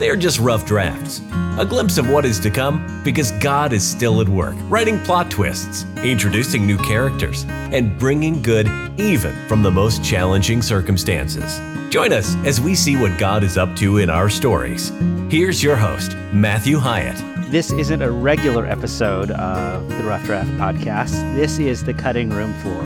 They are just rough drafts, a glimpse of what is to come because God is still at work, writing plot twists, introducing new characters, and bringing good even from the most challenging circumstances. Join us as we see what God is up to in our stories. Here's your host, Matthew Hyatt. This isn't a regular episode of the Rough Draft podcast. This is the cutting room floor.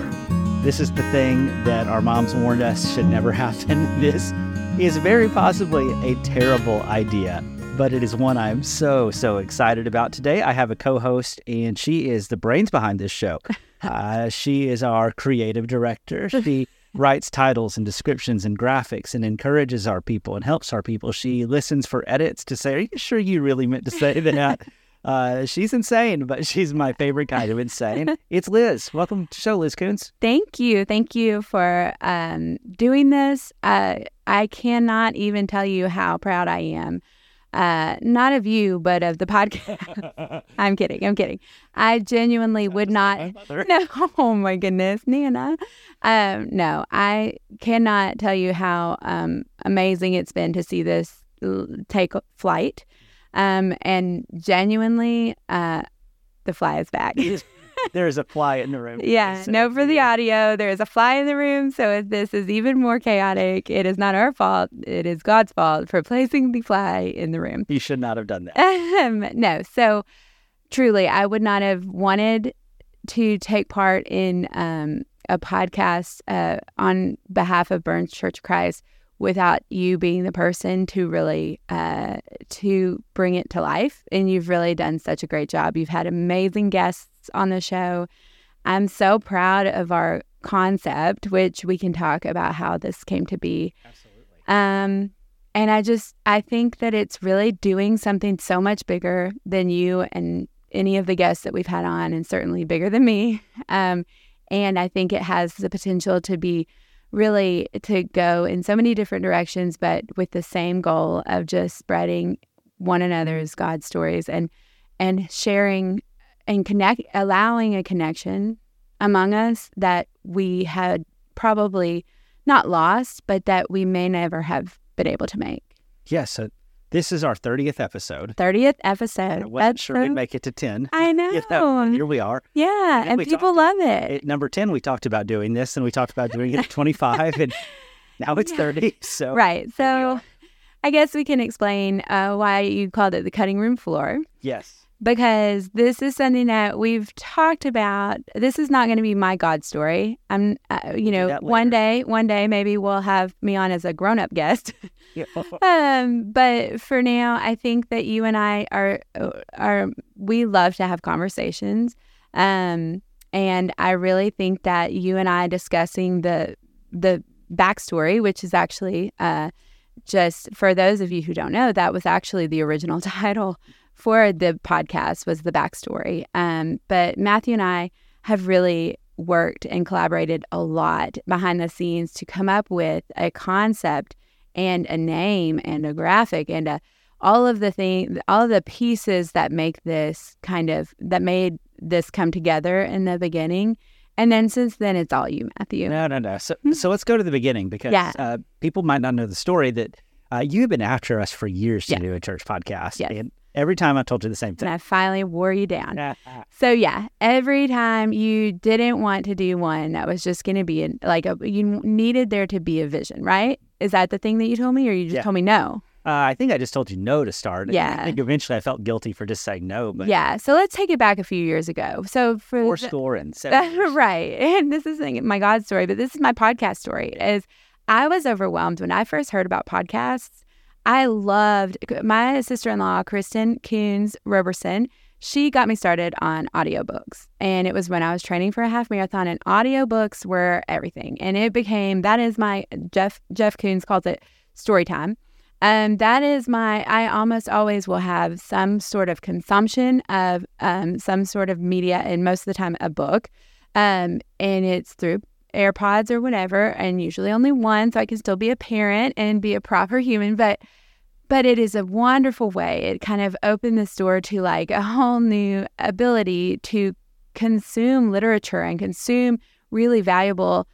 This is the thing that our moms warned us should never happen. This is very possibly a terrible idea, but it is one I'm so, so excited about today. I have a co host, and she is the brains behind this show. Uh, she is our creative director. She writes titles and descriptions and graphics and encourages our people and helps our people. She listens for edits to say, Are you sure you really meant to say that? Uh, she's insane, but she's my favorite kind of insane. It's Liz. Welcome to the show, Liz Coons. Thank you. Thank you for um, doing this. Uh, I cannot even tell you how proud I am. Uh, not of you, but of the podcast. I'm kidding. I'm kidding. I genuinely would not. No, oh my goodness, Nana. Um, no, I cannot tell you how um, amazing it's been to see this l- take flight. Um, and genuinely, uh, the fly is back. There is a fly in the room. Yeah, Yes. no for the audio. There is a fly in the room, so if this is even more chaotic, it is not our fault. It is God's fault for placing the fly in the room. You should not have done that. Um, no, so truly, I would not have wanted to take part in um, a podcast uh, on behalf of Burns Church of Christ without you being the person to really uh, to bring it to life. And you've really done such a great job. You've had amazing guests on the show. I'm so proud of our concept, which we can talk about how this came to be. Absolutely. Um, and I just I think that it's really doing something so much bigger than you and any of the guests that we've had on, and certainly bigger than me. Um, and I think it has the potential to be really to go in so many different directions, but with the same goal of just spreading one another's God stories and and sharing and connect, allowing a connection among us that we had probably not lost, but that we may never have been able to make. Yeah, so this is our 30th episode. 30th And I episode. wasn't That's sure we'd so- make it to 10. I know. You know, here we are. yeah, and and we people love it. At number 10, we talked about doing this, and we talked about doing it at 25, and now it's Yeah. 30. So right. we So are. I guess we can explain uh, why you called it the cutting room floor yes. because this is something that we've talked about. This is not going to be my God story. I'm, uh, you know, that later. one day, one day maybe we'll have me on as a grown up guest. Yeah. um, but for now, I think that you and I are uh, are we love to have conversations, um, and I really think that you and I discussing the the backstory, which is actually uh, just for those of you who don't know, that was actually the original title for the podcast was the backstory. Um, but Matthew and I have really worked and collaborated a lot behind the scenes to come up with a concept and a name and a graphic and a, all of the thing all of the pieces that make this kind of that made this come together in the beginning and then since then it's all you matthew No, no, no. So, so let's go to the beginning because Yeah. uh, people might not know the story that uh, you've been after us for years to Yeah. do a church podcast. Yes. And every time I told you the same and thing. i finally wore you down Ah, So yeah, every time you didn't want to do one that was just going to be in, like a, you needed there to be a vision, right? Is that the thing that you told me, or you just Yeah. told me no? Uh, I think I just told you no to start. and I Yeah. think eventually I felt guilty for just saying no, but yeah. So let's take it back a few years ago. So for four the- score and seven. years. right, and this isn't my God story, but this is my podcast story. Is I was overwhelmed when I first heard about podcasts. I loved my sister-in-law Kristen Coons Roberson. She got me started on audiobooks, and it was when I was training for a half marathon, and audiobooks were everything. And it became that is my Jeff Jeff Coons calls it story time. Um, that is my, I almost always will have some sort of consumption of um, some sort of media and most of the time a book. Um, and it's through AirPods or whatever, and usually only one, so I can still be a parent and be a proper human. But but it is a wonderful way. It kind of opened this door to like a whole new ability to consume literature and consume really valuable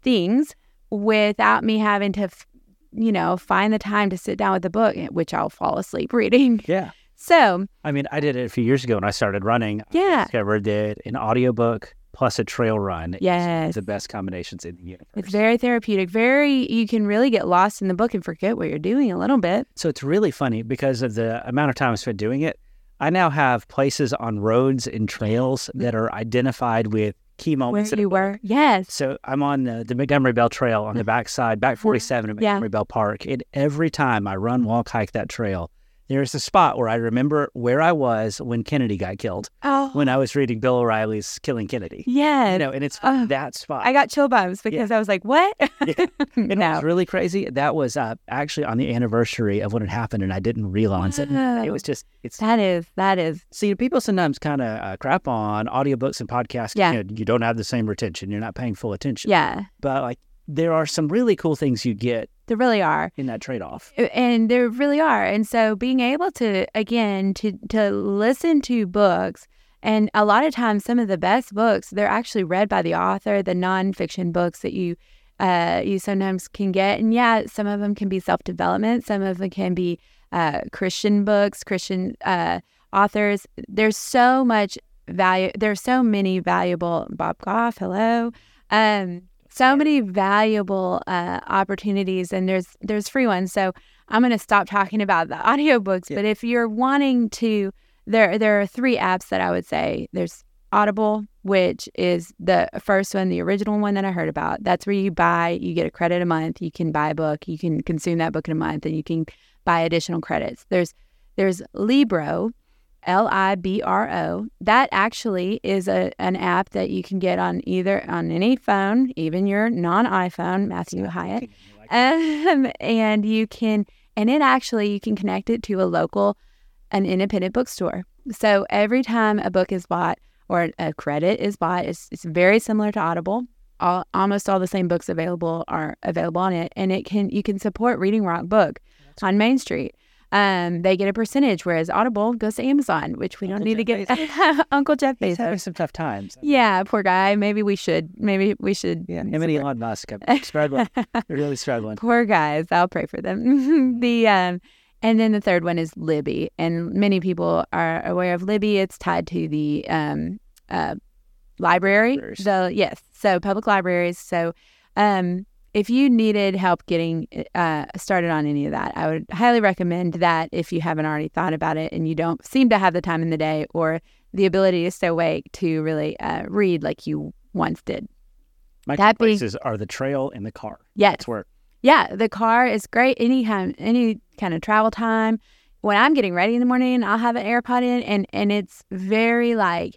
things without me having to, f- you know, find the time to sit down with a book, eh, which I'll fall asleep reading. Yeah. So, I mean, I did it a few years ago when I started running. I yeah, discovered that an audiobook plus a trail run is Yes. the best combinations in the universe. it's very therapeutic. Very, you can really get lost in the book and forget what you're doing a little bit. So it's really funny because of the amount of time I spent doing it. I now have places on roads and trails that are identified with key Where moments. in a you book. were, yes, So I'm on the, the Montgomery Bell Trail on the backside, back 47 of Mm-hmm. Yeah. Montgomery Bell Park. And every time I run, walk, hike that trail, there's a spot where I remember where I was when Kennedy got killed, oh, when I was reading Bill O'Reilly's Killing Kennedy. yes. You know, and it's Oh. that spot. I got chill bumps because I was like, what? and no. what's really crazy, that was uh, actually on the anniversary of when it happened, and I didn't realize it. Wow. It was just, it's That is, that is, See, people sometimes kind of uh, crap on audiobooks and podcasts. Yeah. You, know, you don't have the same retention. You're not paying full attention. yeah, But like, there are some really cool things you get there really are. in that trade off. And there really are. And so being able to, again, to, to listen to books, and a lot of times some of the best books, they're actually read by the author, the nonfiction books that you, uh, you sometimes can get. And yeah, some of them can be self-development. Some of them can be uh, Christian books, Christian uh, authors. There's so much value. There's so many valuable Bob Goff. Hello, um, so many valuable uh, opportunities, and there's there's free ones. So I'm going to stop talking about the audiobooks. Yeah. But if you're wanting to, there there are three apps that I would say there's. Audible, which is the first one, the original one that I heard about. That's where you buy, you get a credit a month, you can buy a book, you can consume that book in a month, and you can buy additional credits. There's there's Libro, L I B R O. That actually is a, an app that you can get on either on any phone, even your non iPhone, Matthew Hyatt. Um, and you can, and it actually, you can connect it to a local, an independent bookstore. So every time a book is bought or a credit is bought, it's, it's very similar to Audible. All, almost all the same books available are available on it, and it can you can support Reading Rock Book on Main Street. Um, they get a percentage, whereas Audible goes to Amazon, which we don't Uncle need Jeff to get. Uncle Jeff He's having Bezos. some tough times. Yeah, poor guy. Maybe we should. Maybe we should. Yeah. Him and Elon Musk are struggling. They're really struggling. Poor guys. I'll pray for them. the um, and then the third one is Libby, and many people are aware of Libby. It's tied to the um, uh, library. Libraries. The yes, so public libraries. So, um, if you needed help getting uh, started on any of that, I would highly recommend that if you haven't already thought about it and you don't seem to have the time in the day or the ability to stay awake to really uh, read like you once did. My That being- places are the trail and the car. Yes. That's where Yeah, the car is great anytime, any kind of travel time. When I'm getting ready in the morning, I'll have an AirPod in, and and it's very like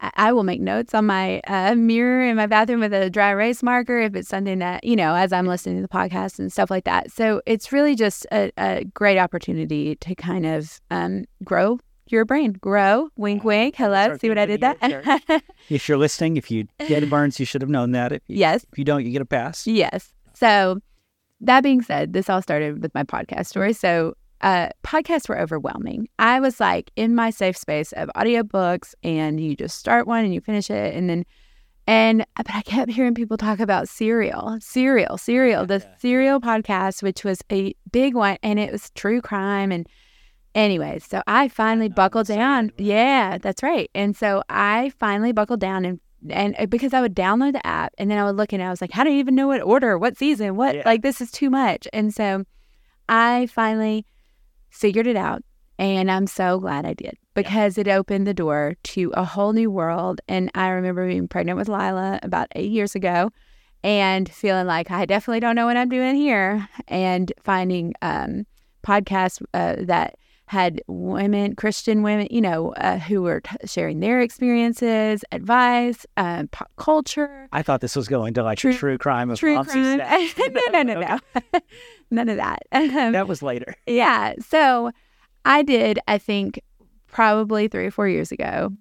I, I will make notes on my uh, mirror in my bathroom with a dry erase marker if it's something that you know as I'm listening to the podcast and stuff like that. So it's really just a, a great opportunity to kind of um, grow your brain, grow. Wink, Wow. wink. Hello, Start see what I did thinking of your that? If you're listening, if you get burns, you should have known that. If you, yes. if you don't, you get a pass. Yes. So that being said, this all started with my podcast story. So uh, podcasts were overwhelming. I was like in my safe space of audiobooks and you just start one and you finish it and then and uh, but I kept hearing people talk about serial, serial, serial, the Yeah. serial podcast, which was a big one and it was true crime and anyways, so I finally know, buckled so down. good, right? Yeah, that's right. And so I finally buckled down and and uh, because I would download the app and then I would look and I was like, how do you even know what order, what season, what Yeah. like this is too much. And so I finally figured it out and I'm so glad I did because it opened the door to a whole new world. And I remember being pregnant with Lila about eight years ago and feeling like I definitely don't know what I'm doing here and finding um, podcasts uh, that had women, Christian women, you know, uh, who were t- sharing their experiences, advice, um, pop culture. I thought this was going to like True- true, true crime of True Nazi crime. sex. no, no, no, no. None of that. Um, That was later. Yeah. So I did, I think, probably three or four years ago.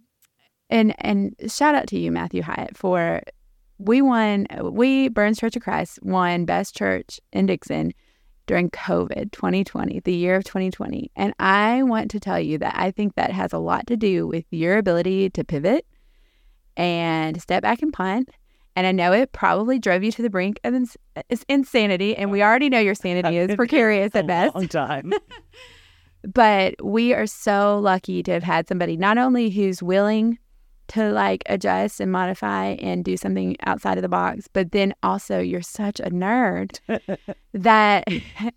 And and shout out to you, Matthew Hyatt, for we won we Burns Church of Christ won Best Church in Dixon during COVID 2020, the year of 2020. And I want to tell you that I think that has a lot to do with your ability to pivot and step back and punt. And I know it probably drove you to the brink of ins- it's insanity. And we already know your sanity is precarious A at best long time. but we are so lucky to have had somebody not only who's willing to like adjust and modify and do something outside of the box, but then also you're such a nerd that,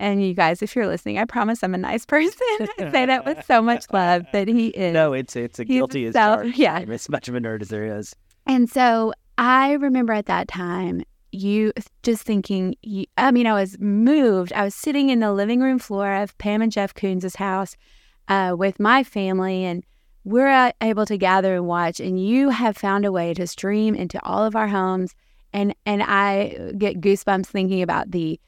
and you guys, if you're listening, I promise I'm a nice person. I say that with so much love that he is. No, it's it's a He's a guilty as self- charged. yeah. I'm As much of a nerd as there is. And so I remember at that time, you just thinking, you, I mean, I was moved. I was sitting in the living room floor of Pam and Jeff Koons' house uh, with my family, and we're uh, able to gather and watch. And you have found a way to stream into all of our homes. And, and I get goosebumps thinking about the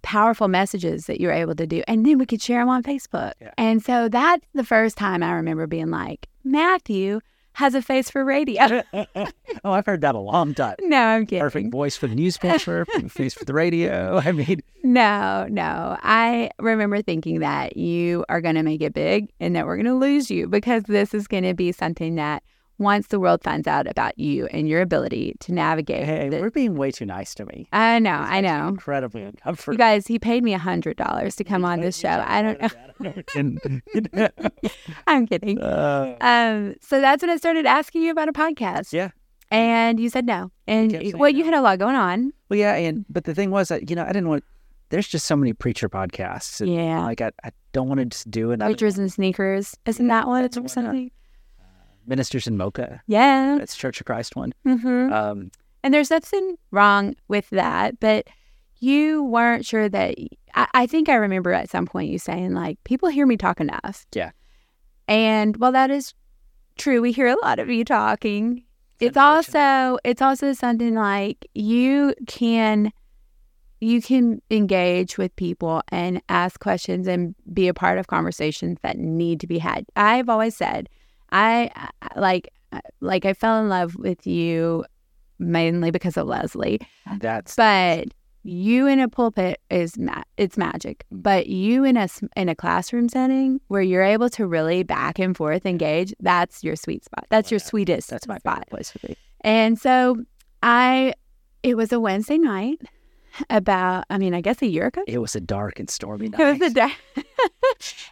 powerful messages that you're able to do. And then we could share them on Facebook. Yeah. And so that's the first time I remember being like, Matthew has a face for radio. oh, I've heard that a long time. No, I'm kidding. Perfect voice for the newspaper, perfect face for the radio. I mean, No, no. I remember thinking that you are going to make it big and that we're going to lose you because this is going to be something that once the world finds out about you and your ability to navigate. hey, the- we're being way too nice to me. I know, It's I actually know. Incredibly You uncomfortable. guys, he paid me a hundred dollars to come on this show. I don't know. know. I'm kidding. uh, Um, so that's when I started asking you about a podcast. Yeah. And you said no. And Kept you- saying well, you no. had a lot going on. well, yeah, and but the thing was that you know I didn't want. There's just so many preacher podcasts. and, Yeah. Like I, I don't want to just do another Preachers and sneakers. Isn't that what it's Why not? something? ministers in mocha. Yeah. That's Church of Christ one. Mm-hmm. Um, And there's nothing wrong with that, but you weren't sure that. I, I think I remember at some point you saying, like, people hear me talk enough. Yeah. And well, that is true. We hear a lot of you talking. It's Unfortunately. also it's also something like you can you can engage with people and ask questions and be a part of conversations that need to be had. I've always said I I- like like I fell in love with you mainly because of Leslie, that's but you in a pulpit is ma- it's magic. But you in a s- in a classroom setting where you're able to really back and forth engage, that's your sweet spot. That's your Oh, Yeah. sweetest that's my spot. favorite place to be. And so I it was a Wednesday night about I mean, I guess a year ago. It was a dark and stormy night. It was a day.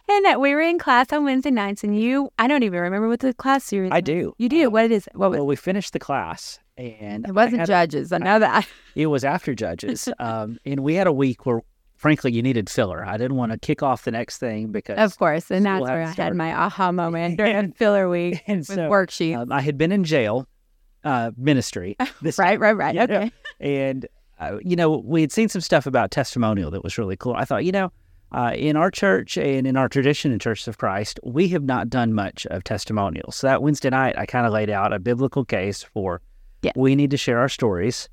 and that we were in class on Wednesday nights and you I don't even remember what the class you were in. I do. You do. Um, What it is what was Well, we finished the class, and it I wasn't had- judges. I know that. It was after judges, um, and we had a week where, frankly, you needed filler. I didn't want to kick off the next thing because, Of course. And that's School where I had had started. my aha moment during filler week and with so worksheets. um, I had been in jail, uh, ministry, this right, right, right. yeah, okay. and uh, you know we had seen some stuff about testimonial that was really cool. I thought, you know, uh, in our church and in our tradition in Churches of Christ, we have not done much of testimonial. So that Wednesday night, I kind of laid out a biblical case for Yeah. we need to share our stories.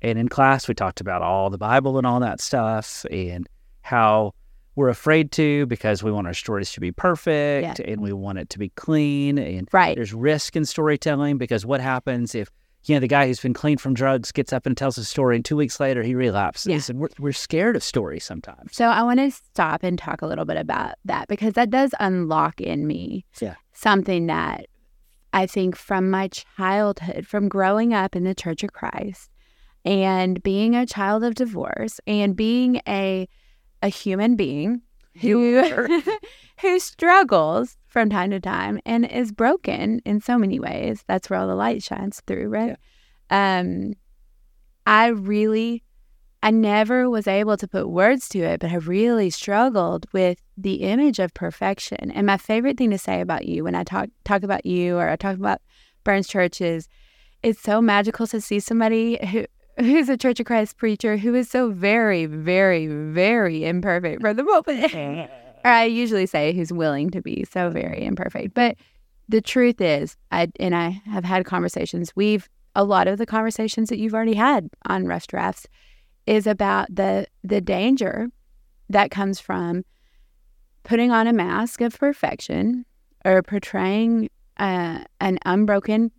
And in class, we talked about all the Bible and all that stuff, and how we're afraid to because we want our stories to be perfect and we want it to be clean and Right. there's risk in storytelling because what happens if you know the guy who's been clean from drugs gets up and tells his story and two weeks later he relapses Yeah. and we're, we're scared of stories sometimes So I want to stop and talk a little bit about that because that does unlock in me Yeah. something that I think from my childhood, from growing up in the Church of Christ and being a child of divorce and being a a human being who who struggles from time to time and is broken in so many ways. That's where all the light shines through, right? Um I really I never was able to put words to it, but I really struggled with the image of perfection. And my favorite thing to say about you when I talk talk about you or I talk about Burns Church is it's so magical to see somebody who who's a Church of Christ preacher who is so very, very, very imperfect for the pulpit. or I usually say who's willing to be so very imperfect. But the truth is, I and I have had conversations. We've a lot of the conversations that you've already had on rough drafts is about the the danger that comes from putting on a mask of perfection or portraying uh, an unbroken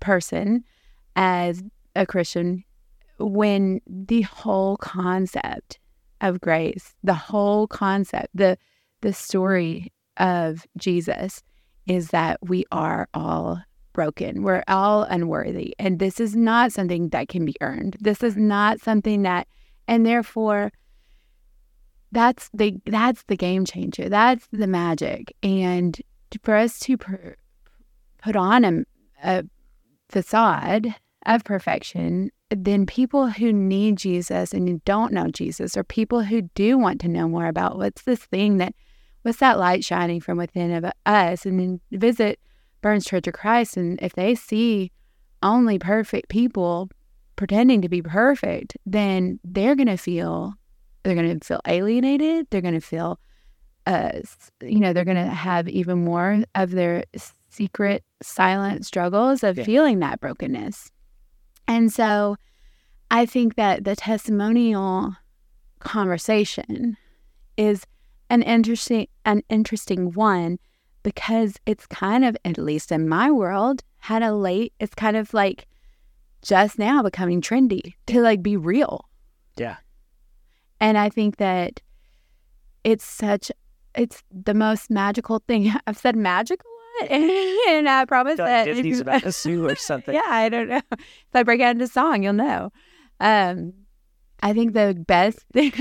person as a Christian when the whole concept of grace, the whole concept, the the story of Jesus is that we are all broken. We're all unworthy. And this is not something that can be earned. This is not something that and therefore that's the that's the game changer. That's the magic. And for us to per, put on a, a facade of perfection then people who need Jesus and who don't know Jesus, or people who do want to know more about what's this thing that, what's that light shining from within of us, and then visit Burns Church of Christ, and if they see only perfect people pretending to be perfect, then they're gonna feel, they're gonna feel alienated. They're gonna feel, uh, you know, they're gonna have even more of their secret, silent struggles of Yeah. feeling that brokenness. And so I think that the testimonial conversation is an interesting an interesting one because it's kind of at least in my world had a late it's kind of like just now becoming trendy to like be real. Yeah. And I think that it's such it's the most magical thing. I've said magical a lot and I promise that if Disney's you- about to sue or something. yeah, I don't know. If I break out into song, you'll know. Um, I think the best thing,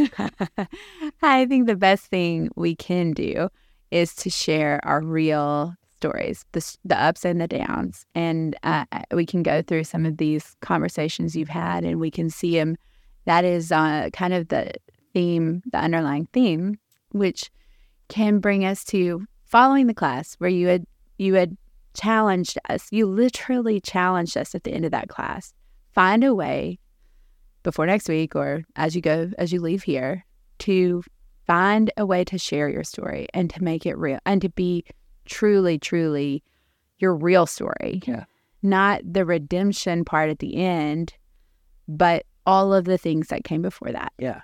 I think the best thing we can do is to share our real stories, the, s- the ups and the downs. And uh, we can go through some of these conversations you've had and we can see them. That is uh, kind of the theme, the underlying theme, which can bring us to following the class where you had, you had challenged us. You literally challenged us at the end of that class. Find a way before next week or as you go, as you leave here, to find a way to share your story and to make it real and to be truly, truly your real story. Yeah. Not the redemption part at the end, but all of the things that came before that. Yeah.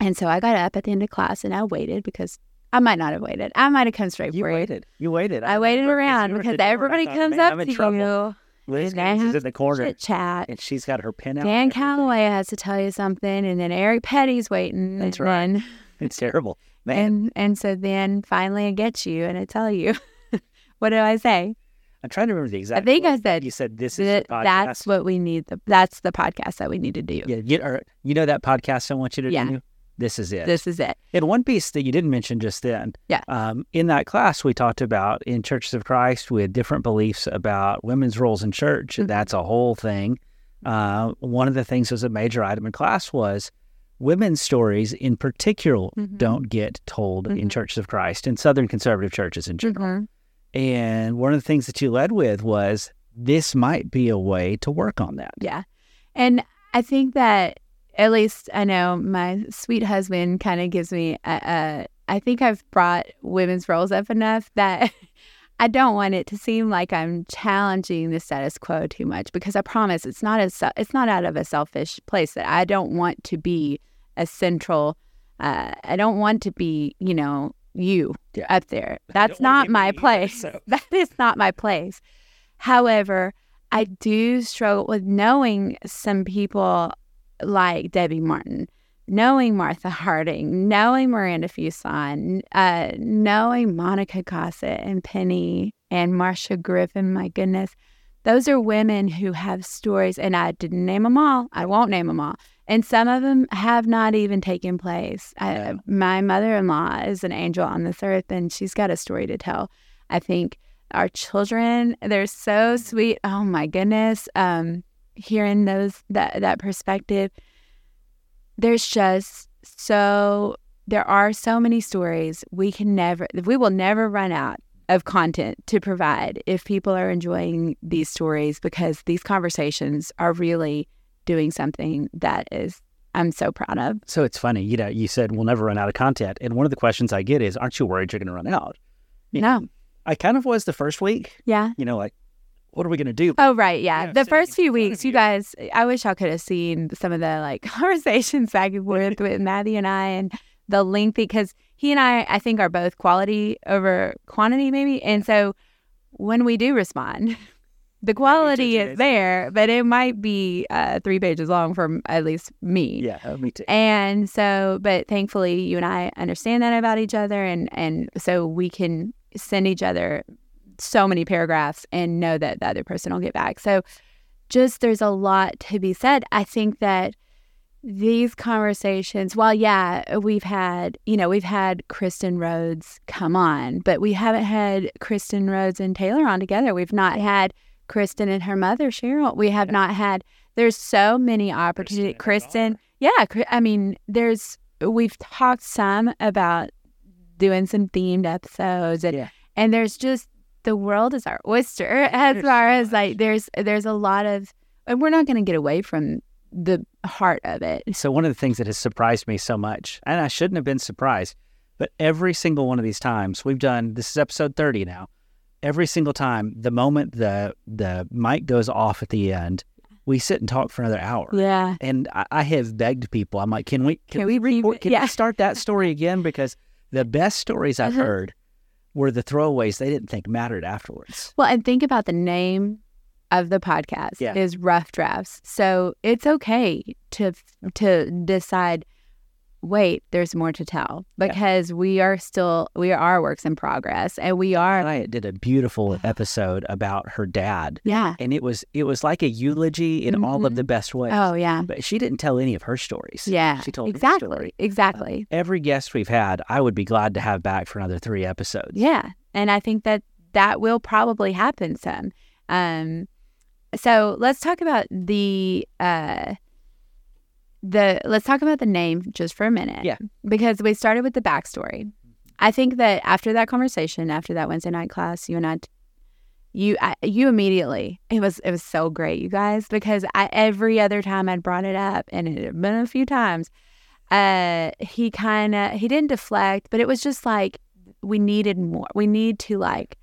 And so I got up at the end of class and I waited because I might not have waited. I might have come straight You for you. waited. You waited. I waited remember around you were at because the door, and I everybody thought, comes "Man, up I'm in to trouble." you. Liz And I Gaines is have in the corner Chit chat. and she's got her pen out. Dan and everything. Calloway has to tell you something, and then Eric Petty's waiting. That's and right. then- It's terrible. Man, and and so then finally I get you, and I tell you, what do I say? I'm trying to remember the exact. think I words. said you said this is That- the podcast. that's what we need. The, that's the podcast that we need to do. yeah. You, or, you know that podcast I want you to Yeah. do. This is it. This is it. And one piece that you didn't mention just then, Yeah. um, in that class we talked about in Churches of Christ with different beliefs about women's roles in church. Mhm. That's a whole thing. Uh, one of the things that was a major item in class was women's stories in particular Mhm. don't get told in Mhm. Churches of Christ in Southern conservative churches in general. Mhm. And one of the things that you led with was this might be a way to work on that. Yeah, and I think that at least I know my sweet husband kind of gives me a, a. I think I've brought women's roles up enough that. I don't want it to seem like I'm challenging the status quo too much because I promise it's not a se- it's not out of a selfish place that I don't want to be a central. Uh, I don't want to be you know you Yeah. up there. don't That's wanna not be me my either, place. so. That is not my place. However, I do struggle with knowing some people like Debbie Martin, knowing Martha Harding, knowing Miranda Fuson, uh, knowing Monica Gossett and Penny and Marcia Griffin, my goodness, those are women who have stories, and I didn't name them all. I won't name them all. And some of them have not even taken place. I, Yeah. My mother in law is an angel on this earth, and she's got a story to tell. I think our children, they're so sweet. Oh my goodness. Um, hearing those that that perspective there's just so there are so many stories we can never we will never run out of content to provide if people are enjoying these stories because these conversations are really doing something that is I'm so proud of. So it's funny, you know, you said we'll never run out of content. And one of the questions I get is, aren't you worried you're going to run out? You No. know, I kind of was the first week, Yeah. you know, like, what are we going to do? Oh right, yeah. Yeah, the so first it's few kind of weeks, you you. guys, I wish y'all could have seen some of the like conversations back and forth with Maddie and I, and the lengthy because he and I, I think, are both quality over quantity, maybe. And so when we do respond, the quality two is days. there, but it might be uh, three pages long from at least me. Yeah, uh, me too. And so, but thankfully, you and I understand that about each other, and and so we can send each other so many paragraphs and know that the other person will get back. So, just there's a lot to be said. I think that these conversations, while yeah, we've had you know we've had Kristen Rhodes come on, but we haven't had Kristen Rhodes and Taylor on together. We've not had Kristen and her mother Cheryl. We have Yeah. not had. There's so many opportunities. and her Kristen daughter. yeah, cr- I mean, there's we've talked some about doing some themed episodes, and Yeah. and there's just the world is our oyster as There's so far as like much. there's there's a lot of, and we're not going to get away from the heart of it. So one of the things that has surprised me so much, and I shouldn't have been surprised, but every single one of these times we've done this is episode 30 now. Every single time, the moment the the mic goes off at the end, we sit and talk for another hour. Yeah, And I, I have begged people. I'm like, can we can, Can we, we keep record, it?" can Yeah. we start that story again? Because the best stories I've Uh-huh. heard were the throwaways they didn't think mattered afterwards. Well, and think about the name of the podcast Yeah. is Rough Drafts. So it's okay to to decide. Wait, there's more to tell Yeah. because we are still we are works in progress, and we are I did a beautiful episode about her dad, yeah. and it was it was like a eulogy in all Mhm. of the best ways. Oh yeah, But she didn't tell any of her stories. yeah. She told her exactly story. exactly. Every guest we've had, I would be glad to have back for another three episodes. Yeah, and I think that that will probably happen some. Um, so let's talk about the uh, the let's talk about the name just for a minute. Yeah. because we started with the backstory. I think that after that conversation, after that Wednesday night class, you and I, you I, you immediately it was it was so great, you guys, because I every other time I'd brought it up, and it had been a few times. Uh, he kind of he didn't deflect, but it was just like we needed more. We need to like,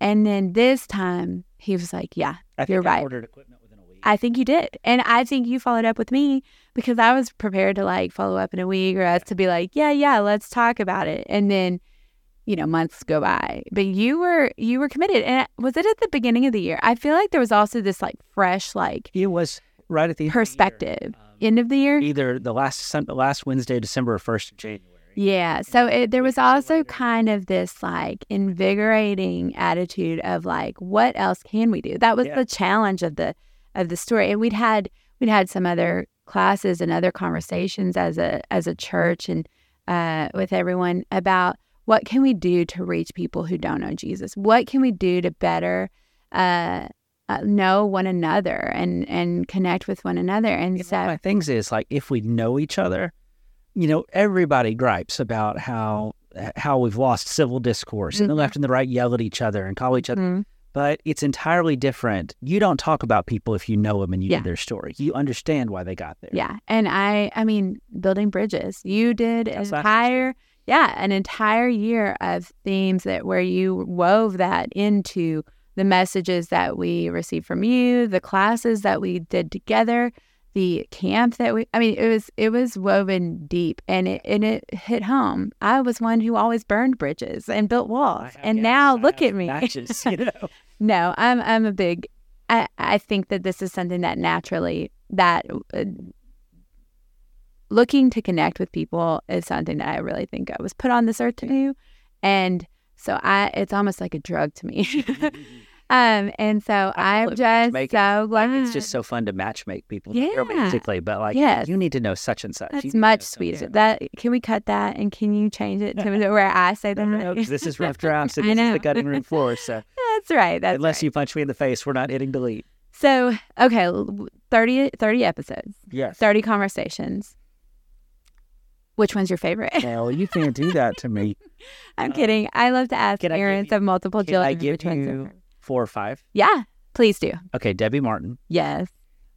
and then this time he was like, "Yeah, I think You're I right. ordered equipment within a week. I think you did. And I think you followed up with me because I was prepared to like follow up in a week or us to be like, yeah, yeah, let's talk about it. And then, you know, months go by. But you were you were committed. And was it at the beginning of the year? I feel like there was also this like fresh like it was right at the end of the year. perspective. Um, End of the year? either the last Sun- last Wednesday, of December, or first of January. Yeah. So it, there was Weeks or also later. kind of this like invigorating attitude of like, what else can we do? That was Yeah. the challenge of the of the story. And we'd had we'd had some other classes and other conversations as a as a church and uh, with everyone about what can we do to reach people who don't know Jesus. What can we do to better uh, uh, know one another and and connect with one another? And You know, so one of my things is like if we know each other, you know, everybody gripes about how how we've lost civil discourse, and the Mhm. left and the right yell at each other and call each other. Mhm. But it's entirely different. You don't talk about people if you know them and you Yeah. know their story. You understand why they got there. Yeah. And I I mean, building bridges. You did an That's last entire yeah, an entire year of themes that where you wove that into the messages that we received from you, the classes that we did together, the camp that we I mean, it was it was woven deep and it and it hit home. I was one who always burned bridges and built walls. I have And gas, now I look have at me. matches, you know? No, I'm I'm a big. I I think that this is something that naturally that uh, looking to connect with people is something that I really think I was put on this earth to do, and so I it's almost like a drug to me. um, and so I I'm love just uh, matchmaking. so Like, glad. it's just so fun to matchmake people, not Mm. Yeah. romantically, but like Yes. you need to know such and such. You need that's to know much so and sweeter. so. That can we cut that and can you change it to where I say that? No, no, no, 'cause this is rough drafts and I this is know. the cutting room floor. So that's right. That's unless right. you punch me in the face, we're not hitting delete. So okay, l- 30, 30 episodes. Yes. 30 conversations. Which one's your favorite? Well, you can't do that to me. I'm Uh, kidding. I love to ask can I give parents you- of multiple can I children. give which one's their you- favorite. Four or five. Yeah, please do. Okay, Debbie Martin. Yes.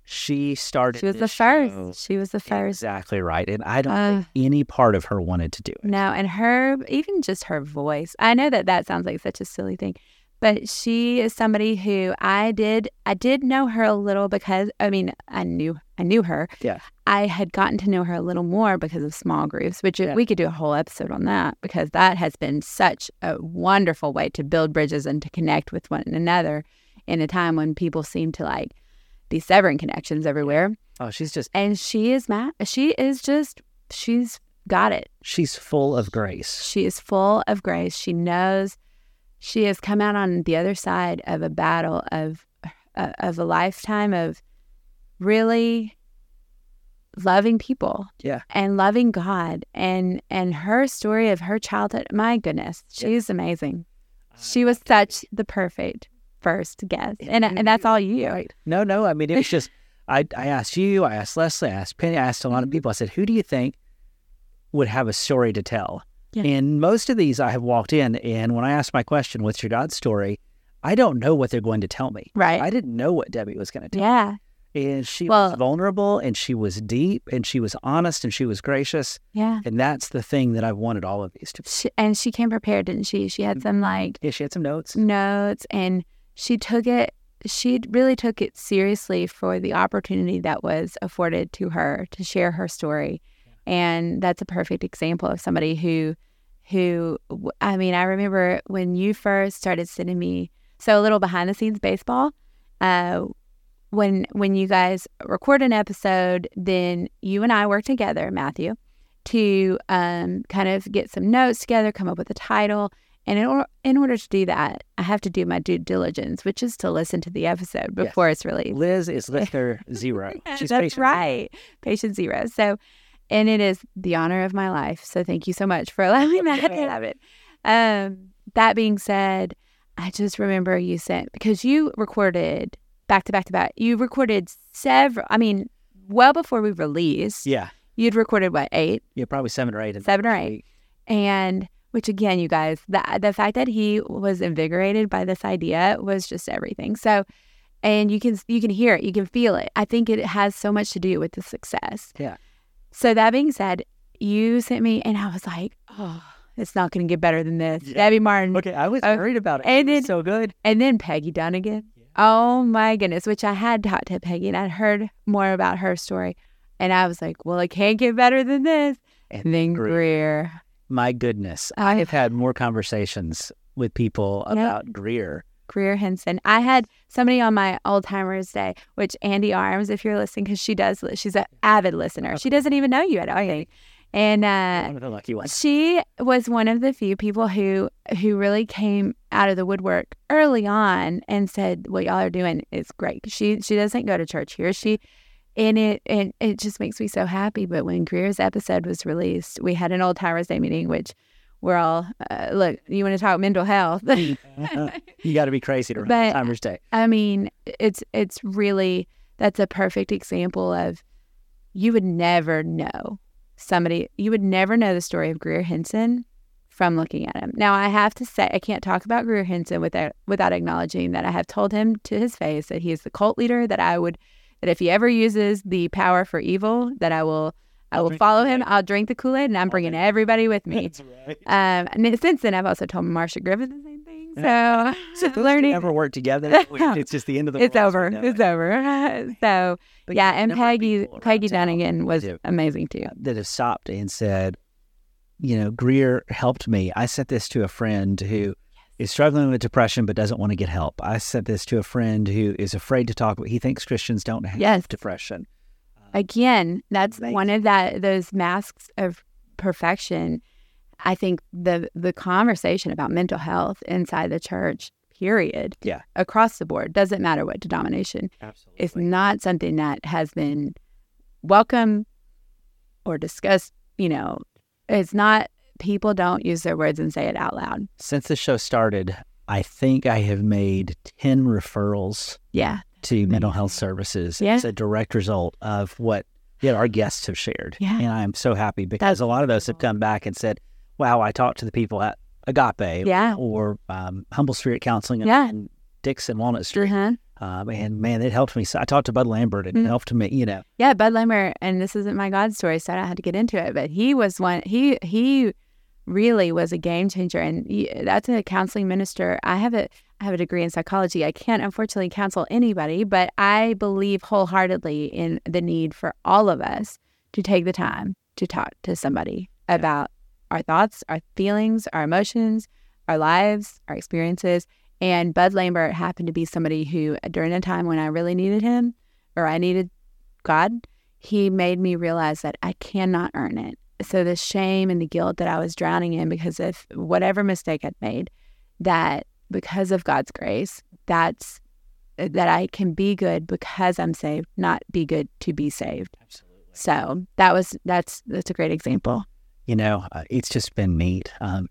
She started. She was the this show. first. She was the first. Exactly right. And I don't Uh, think any part of her wanted to do it. No, and her, even just her voice. I know that that sounds like such a silly thing, but she is somebody who I did, I did know her a little because, I mean, I knew, I knew her. Yeah. I had gotten to know her a little more because of small groups, which Yeah. we could do a whole episode on that because that has been such a wonderful way to build bridges and to connect with one another in a time when people seem to like be severing connections everywhere. Oh, she's just, And she is ma She is just, she's got it. she's full of grace. She is full of grace. She knows she has come out on the other side of a battle of uh, of a lifetime of really loving people. Yeah. And loving God and and her story of her childhood, my goodness, Yeah. she's amazing. She was such the perfect first guest. And and that's all you. No, no. I mean, it was just, I, I asked you, I asked Leslie, I asked Penny, I asked a Mm-hmm. lot of people. I said, who do you think would have a story to tell? Yeah. And most of these I have walked in, and when I asked my question, what's your God story? I don't know what they're going to tell me. Right. I didn't know what Debbie was going to tell. yeah. And she Well- was vulnerable and she was deep and she was honest and she was gracious. Yeah. And that's the thing that I wanted all of these to be. She, and she came prepared, didn't she? She had Mm-hmm. some like Yeah, she had some notes. Mm-hmm. notes and she took it she really took it seriously for the opportunity that was afforded to her to share her story and that's a perfect example of somebody who who w- i mean i remember when you first started sending me so a little behind the scenes baseball uh when when you guys record an episode then you and i work together matthew to um, kind of get some notes together come up with a title and in, or- in order to do that, I have to do my due diligence, which is to listen to the episode Yes. before it's released. Liz is listener zero. She's That's patient. right. Patient zero. So, and it is the honor of my life. So, thank you so much for allowing me that to have it. Um, that being said, I just remember you sent because you recorded back to back to back. You recorded several, I mean, well before we released, Yeah. you'd recorded what, eight? Yeah, probably seven or eight. in the Seven or first eight. week. and which again you guys the, the fact that he was invigorated by this idea was just everything so and you can you can hear it you can feel it i think it has so much to do with the success Yeah. so that being said you sent me and i was like oh it's not going to get better than this Yeah. debbie martin Okay, I was Oh, worried about it. and It was then- so good. and then Peggy Dunnigan. Oh my goodness, which I had talked to Peggy and I'd heard more about her story. And I was like, well, it can't get better than this. And And then Greer. Greer. My goodness. I I've had more conversations with people Yeah. about Greer. Greer Henson. I had somebody on my old timers day, which Andy Arms, if you're listening, because she does, li- she's an avid listener. She doesn't even know you at all. Andy. And uh, One of the lucky ones. she was one of the few people who who really came out of the woodwork early on and said, "What y'all are doing is great." She she doesn't go to church here. She and it and it just makes me so happy. But when Greer's episode was released, we had an old timers day meeting, which we're all uh, look. You want to talk mental health? Mm-hmm. you got to be crazy to run But- Timer's Day. I mean, it's it's really that's a perfect example of you would never know somebody you would never know the story of Greer Henson from looking at him. Now I have to say I can't talk about Greer Henson without without acknowledging that I have told him to his face that he is the cult leader that I would that if he ever uses the power for evil that I will I I'll will drink the follow him. Kool-Aid. I'll drink the Kool Aid and I'm bringing everybody with me. right. Um, and since then I've also told Marsha Griffin the same thing. So, So learning ever work together. It's just the end of the it's world as we over. know It's it. over. so But yeah, the and number of Peggy people around Peggy town Dunnigan was do. amazing too. that have stopped and said, you know, Greer helped me. I sent this to a friend who Mm-hmm. is struggling with depression but doesn't want to get help. I sent this to a friend who is afraid to talk. He thinks Christians don't have Yes. depression. Uh, Again, that's Amazing. one of that those masks of perfection. I think the the conversation about mental health inside the church, period, Yeah. across the board, doesn't matter what denomination, Absolutely. is not something that has been welcome or discussed. You know, it's not. People don't use their words and say it out loud. Since the show started, I think I have made 10 referrals Yeah, to mental health services. Yeah. It's a direct result of what that our guests have shared. Yeah. And I'm so happy because a lot of those have come back and said, wow, I talked to the people at Agape yeah, or um, Humble Spirit Counseling Yeah. and Dixon Walnut Street. uh-huh. Um, and man, it helped me. So I talked to Bud Lambert. It Mm. helped me, you know. Yeah, Bud Limmer, and this isn't my God story, so I don't have to get into it. But he was one. He he really was a game changer, and he, that's a counseling minister. I have a I have a degree in psychology. I can't unfortunately counsel anybody, but I believe wholeheartedly in the need for all of us to take the time to talk to somebody about our thoughts, our feelings, our emotions, our lives, our experiences. And Bud Lambert happened to be somebody who, during a time when I really needed him or I needed God, he made me realize that I cannot earn it. So the shame and the guilt that I was drowning in because of whatever mistake I'd made, that because of God's grace, that's that I can be good because I'm saved, not be good to be saved. Absolutely. So that was that's that's a great example. you know, uh, it's just been neat. Um,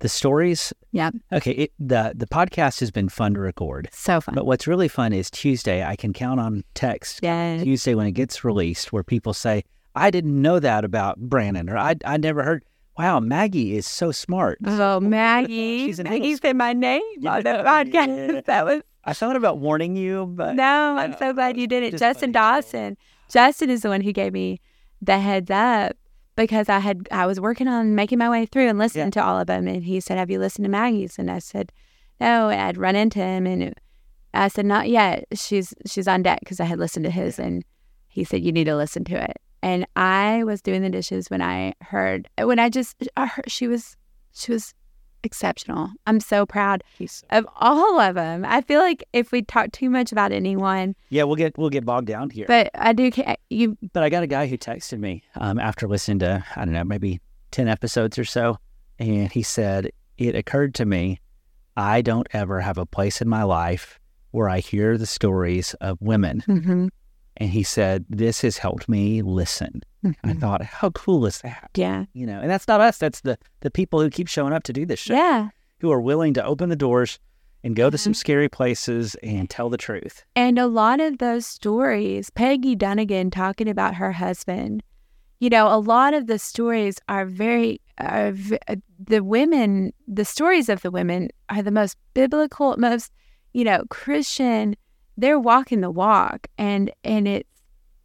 the stories, Yep. Okay, it, the the podcast has been fun to record, So fun. but what's really fun is Tuesday. I can count on text Yeah. Tuesday when it gets released, where people say, "I didn't know that about Brandon," or "I I never heard." Wow, Maggie is so smart. Oh, Maggie. She's in Maggie middle said my name on the Yeah. podcast. That was I thought about warning you, but no, I'm know, so glad you did it. just Justin funny, so- Dawson. Justin is the one who gave me the heads up because I had I was working on making my way through and listening Yeah. to all of them, and he said, "Have you listened to Maggie's?" And I said, "No." And I'd run into him, and it- I said, "Not yet. She's she's on deck because I had listened to his." And he said, "You need to listen to it." And I was doing the dishes when I heard when I just I heard, she was she was exceptional. I'm so proud of all of them. I feel like if we talk too much about anyone, yeah, we'll get we'll get bogged down here. but I do. ca- You But I got a guy who texted me um, after listening to, I don't know, maybe 10 episodes or so. And he said, It occurred to me, I don't ever have a place in my life where I hear the stories of women. And he said, This has helped me listen. I thought, How cool is that? Mm. yeah, You know, and that's not us. That's the, the people who keep showing up to do this show, yeah. Mm-hmm. who are willing to open the doors and go to some scary places and tell the truth. And a lot of those stories, Peggy Dunnigan talking about her husband, you know, a lot of the stories are very, are, v- uh, the women, the stories of the women are the most biblical, most, you know, Christian. They're walking the walk, and and it's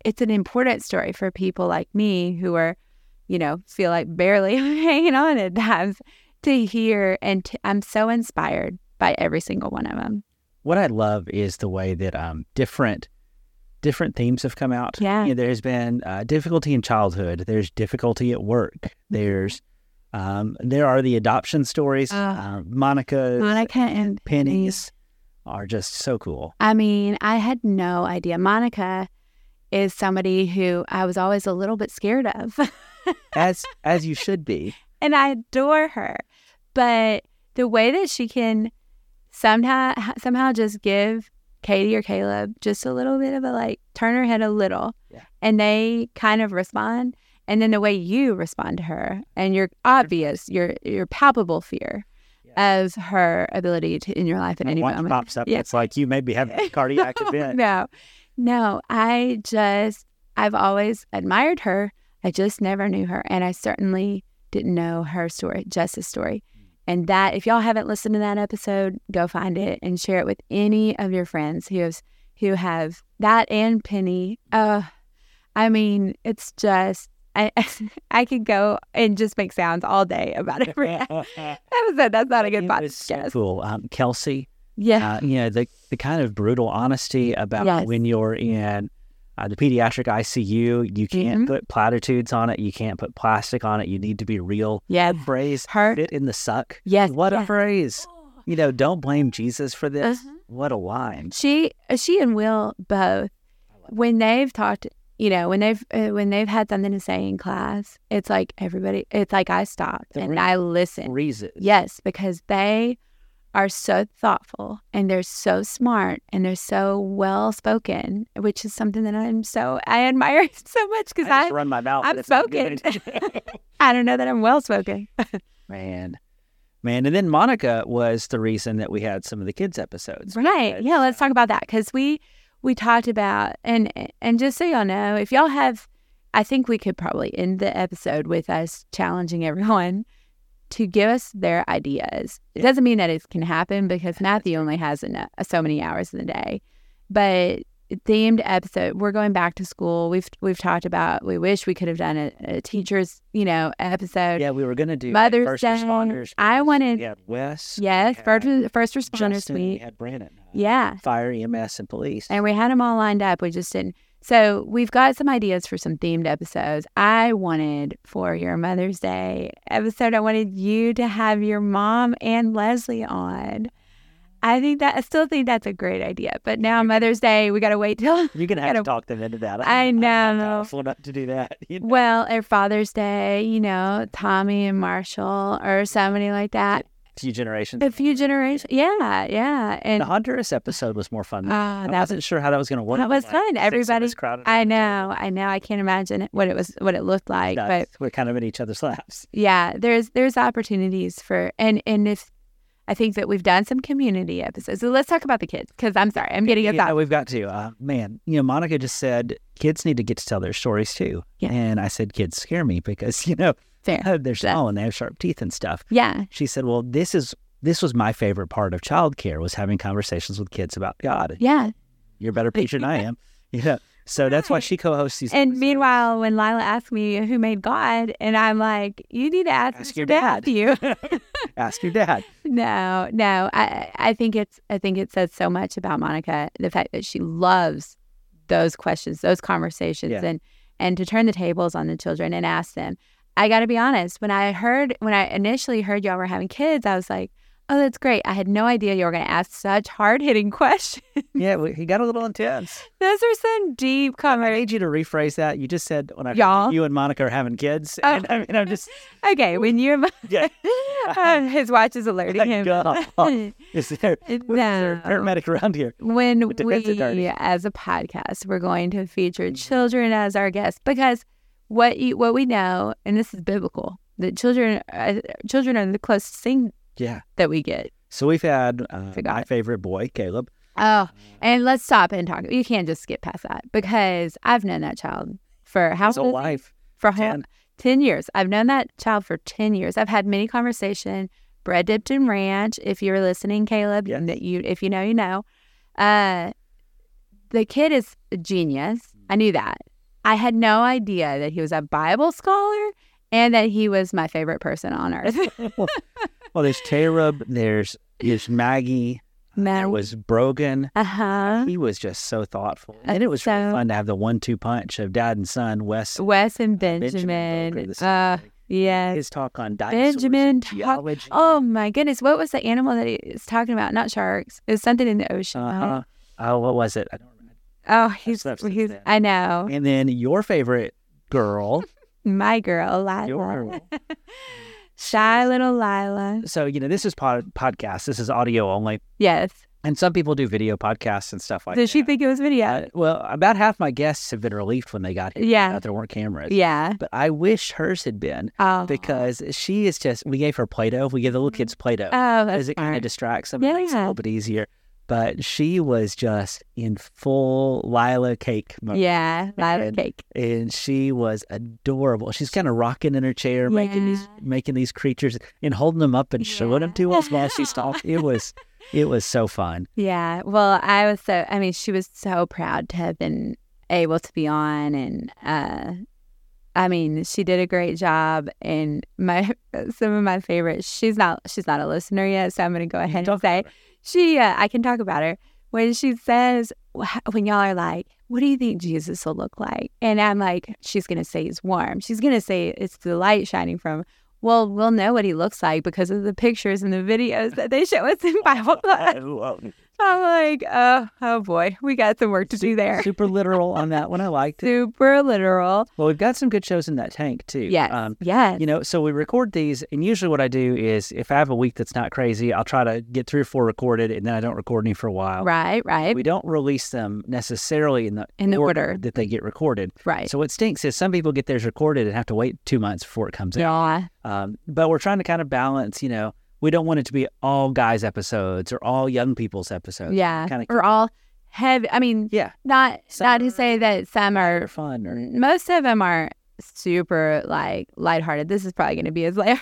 it's an important story for people like me who are, you know, feel like barely hanging on at times to hear, and to, I'm so inspired by every single one of them. what I love is the way that um, different different themes have come out. Yeah. You know, there's been uh, difficulty in childhood. There's difficulty at work. Mm-hmm. There's um, there are the adoption stories. Oh. Uh, Monica, Monica and pennies are just so cool. I mean, I had no idea. Monica is somebody who I was always a little bit scared of, As as you should be. and I adore her. But the way that she can somehow somehow just give Katie or Caleb just a little bit of a like turn her head a little, Yeah. and they kind of respond, and then the way you respond to her and your obvious, your your palpable fear of her ability to in your life at any Once moment. pops up. Yeah. It's like you may be having a cardiac event. No, no. I just, I've always admired her. I just never knew her. And I certainly didn't know her story, Jess's story. And that, if y'all haven't listened to that episode, go find it and share it with any of your friends who have, who have that and Penny. Uh, I mean, it's just, I, I could go and just make sounds all day about every episode. That's not a good It was so podcast. cool. Um, Kelsey, Yeah. uh, you know the the kind of brutal honesty about Yes. when you're in uh, the pediatric ICU. You Mm-hmm. can't put platitudes on it. You can't put plastic on it. You need to be real. yeah. Phrase Her- "fit in the suck." Yes. What a yes. phrase! You know, don't blame Jesus for this. Uh-huh. What a line! She she and Will both when they've talked, you know, when they've uh, when they've had something to say in class, it's like everybody, it's like I stopped The and re- I listen. Reason. Yes, because they are so thoughtful and they're so smart and they're so well spoken, which is something that I'm so I admire so much because I I, just run my mouth. I'm That's not good. spoken. I don't know that I'm well spoken. man, man, and then Monica was the reason that we had some of the kids episodes. Right. because, Yeah, let's uh, talk about that because we we talked about and and just so y'all know, if y'all have, I think we could probably end the episode with us challenging everyone to give us their ideas. It Yeah. doesn't mean that it can happen because Matthew only has enough, so many hours in the day, but themed episode we're going back to school we've we've talked about we wish we could have done a, a teacher's you know episode Yeah, we were gonna do Mother's first Day, responders. I because wanted- we had Wes. yes we had first, first responders Justin, week We had Brandon. uh, yeah Fire, EMS, and police. and we had them all lined up we just didn't so we've got some ideas for some themed episodes i wanted for your mother's day episode i wanted you to have your mom and leslie on i think that i still think that's a great idea but now mother's day we gotta wait till You're gonna have gotta- to talk them into that. I I'm not know. powerful enough to do that. you know? Well, or Father's Day, you know, Tommy and Marshall or somebody like that. few generations. A few generations. Yeah, yeah. And the Honduras episode was more fun. ah, I that was wasn't sure how that was going to work. that was Like, fun. six of Everybody- us crowded I around each other. know, I know. I can't imagine what it was what it looked like. But Nuts. we're kind of in each other's laps. yeah, there's there's opportunities for and and if I think that we've done some community episodes. So let's talk about the kids because I'm sorry, I'm getting us yeah, off. we've got to. Uh, man, you know, Monica just said kids need to get to tell their stories too. Yeah. And I said kids scare me because you know Fair. they're small and they have sharp teeth and stuff. Yeah. She said, "Well, this is this was my favorite part of childcare was having conversations with kids about God. Yeah. You're a better preacher than I am. You know, so that's why Right. she co-hosts these. And episodes. meanwhile, when Lila asked me who made God, and I'm like, you need to ask, Ask Mr. your dad." Matthew. ask your dad. No, no. I I think it's I think it says so much about Monica, the fact that she loves those questions, those conversations Yeah. and and to turn the tables on the children and ask them. I got to be honest, when I heard when I initially heard y'all were having kids, I was like, "Oh, that's great. I had no idea you were going to ask such hard-hitting questions. Yeah, well, he got a little intense. those are some deep I conversations." need you to rephrase that. You just said when I heard Y'all. you and Monica are having kids, Oh. and I mean, I'm just Okay, when you're yeah. Uh, his watch is alerting him. God. Is there, is there a No. paramedic around here? when With the Vince we, Attorney. as a podcast, we're going to Mm-hmm. feature children as our guests because what you, what we know, and this is biblical, that children uh, children are the closest thing Yeah. that we get. So we've had uh, Forgot my it. favorite boy, Caleb. Oh, and let's stop and talk. You can't just skip past that because I've known that child for how His whole old is he? life. for a whole- 10. 10 years. I've known that child for 10 years. I've had many conversation, bread dipped in ranch. If you're listening, Caleb, Yes. that you if you know, you know. Uh, the kid is a genius. I knew that. I had no idea that he was a Bible scholar and that he was my favorite person on earth. Well, there's Tarab. There's there's Maggie. There Man, was Brogan. uh-huh. He was just so thoughtful, and it was really So- fun to have the one-two punch of dad and son, Wes Wes and Benjamin. Booker, Benjamin. the Uh, son. yes. his talk on dinosaurs Benjamin and talk- geology. Uh, Oh my goodness. What was the animal that he was talking about? Not sharks. It was something in the ocean. right? Uh-huh. Oh, what was it? I don't remember. Oh, he's, slept since he's then. I know. And then your favorite girl, My girl, Lila. your girl. Shy little Lila. So you know this is pod- podcast. This is audio only, Yes. and some people do video podcasts and stuff like Did that. she think it was video? Uh, well, about half my guests have been relieved when they got here. Yeah. that there weren't cameras. yeah. But I wish hers had been Oh. because she is just. We gave her Play-Doh. We gave the little kids Play-Doh Oh, that's because it kind of smart. distracts them. and makes it a Yeah. little bit easier. But she was just in full Lila cake mode. Yeah, Lila And- cake. and she was adorable. She's kind of rocking in her chair, making these Yeah. making these creatures and holding them up and showing them to us while she's Yeah. talking. It was it was so fun. Yeah. Well, I was so I mean, she was so proud to have been able to be on and uh I mean, she did a great job and my some of my favorites. She's not she's not a listener yet, so I'm going to go ahead and Talk say about her. she uh, i can talk about her when she says wh- when y'all are like what do you think jesus will look like and i'm like she's gonna say he's warm she's gonna say it's the light shining from him. well we'll know what he looks like because of the pictures and the videos that they show us in bible I class love it. i'm like oh oh boy we got some work to do there Super literal on that one. I liked it. super literal Well, we've got some good shows in that tank too. Um, yes yes you know, so we record these, and usually what I do is if I have a week that's not crazy, I'll try to get three or four recorded, and then I don't record any for a while. right right We don't release them necessarily in the in the order, that they get recorded. right So what stinks is some people get theirs recorded and have to wait two months before it comes out. yeah Um, but we're trying to kind of balance, you know, we don't want it to be all guys episodes or all young people's episodes. yeah Kind of or all heavy i mean Yeah. not Some not to are- say that some are or fun or most of them are super like lighthearted. This is probably going to be as light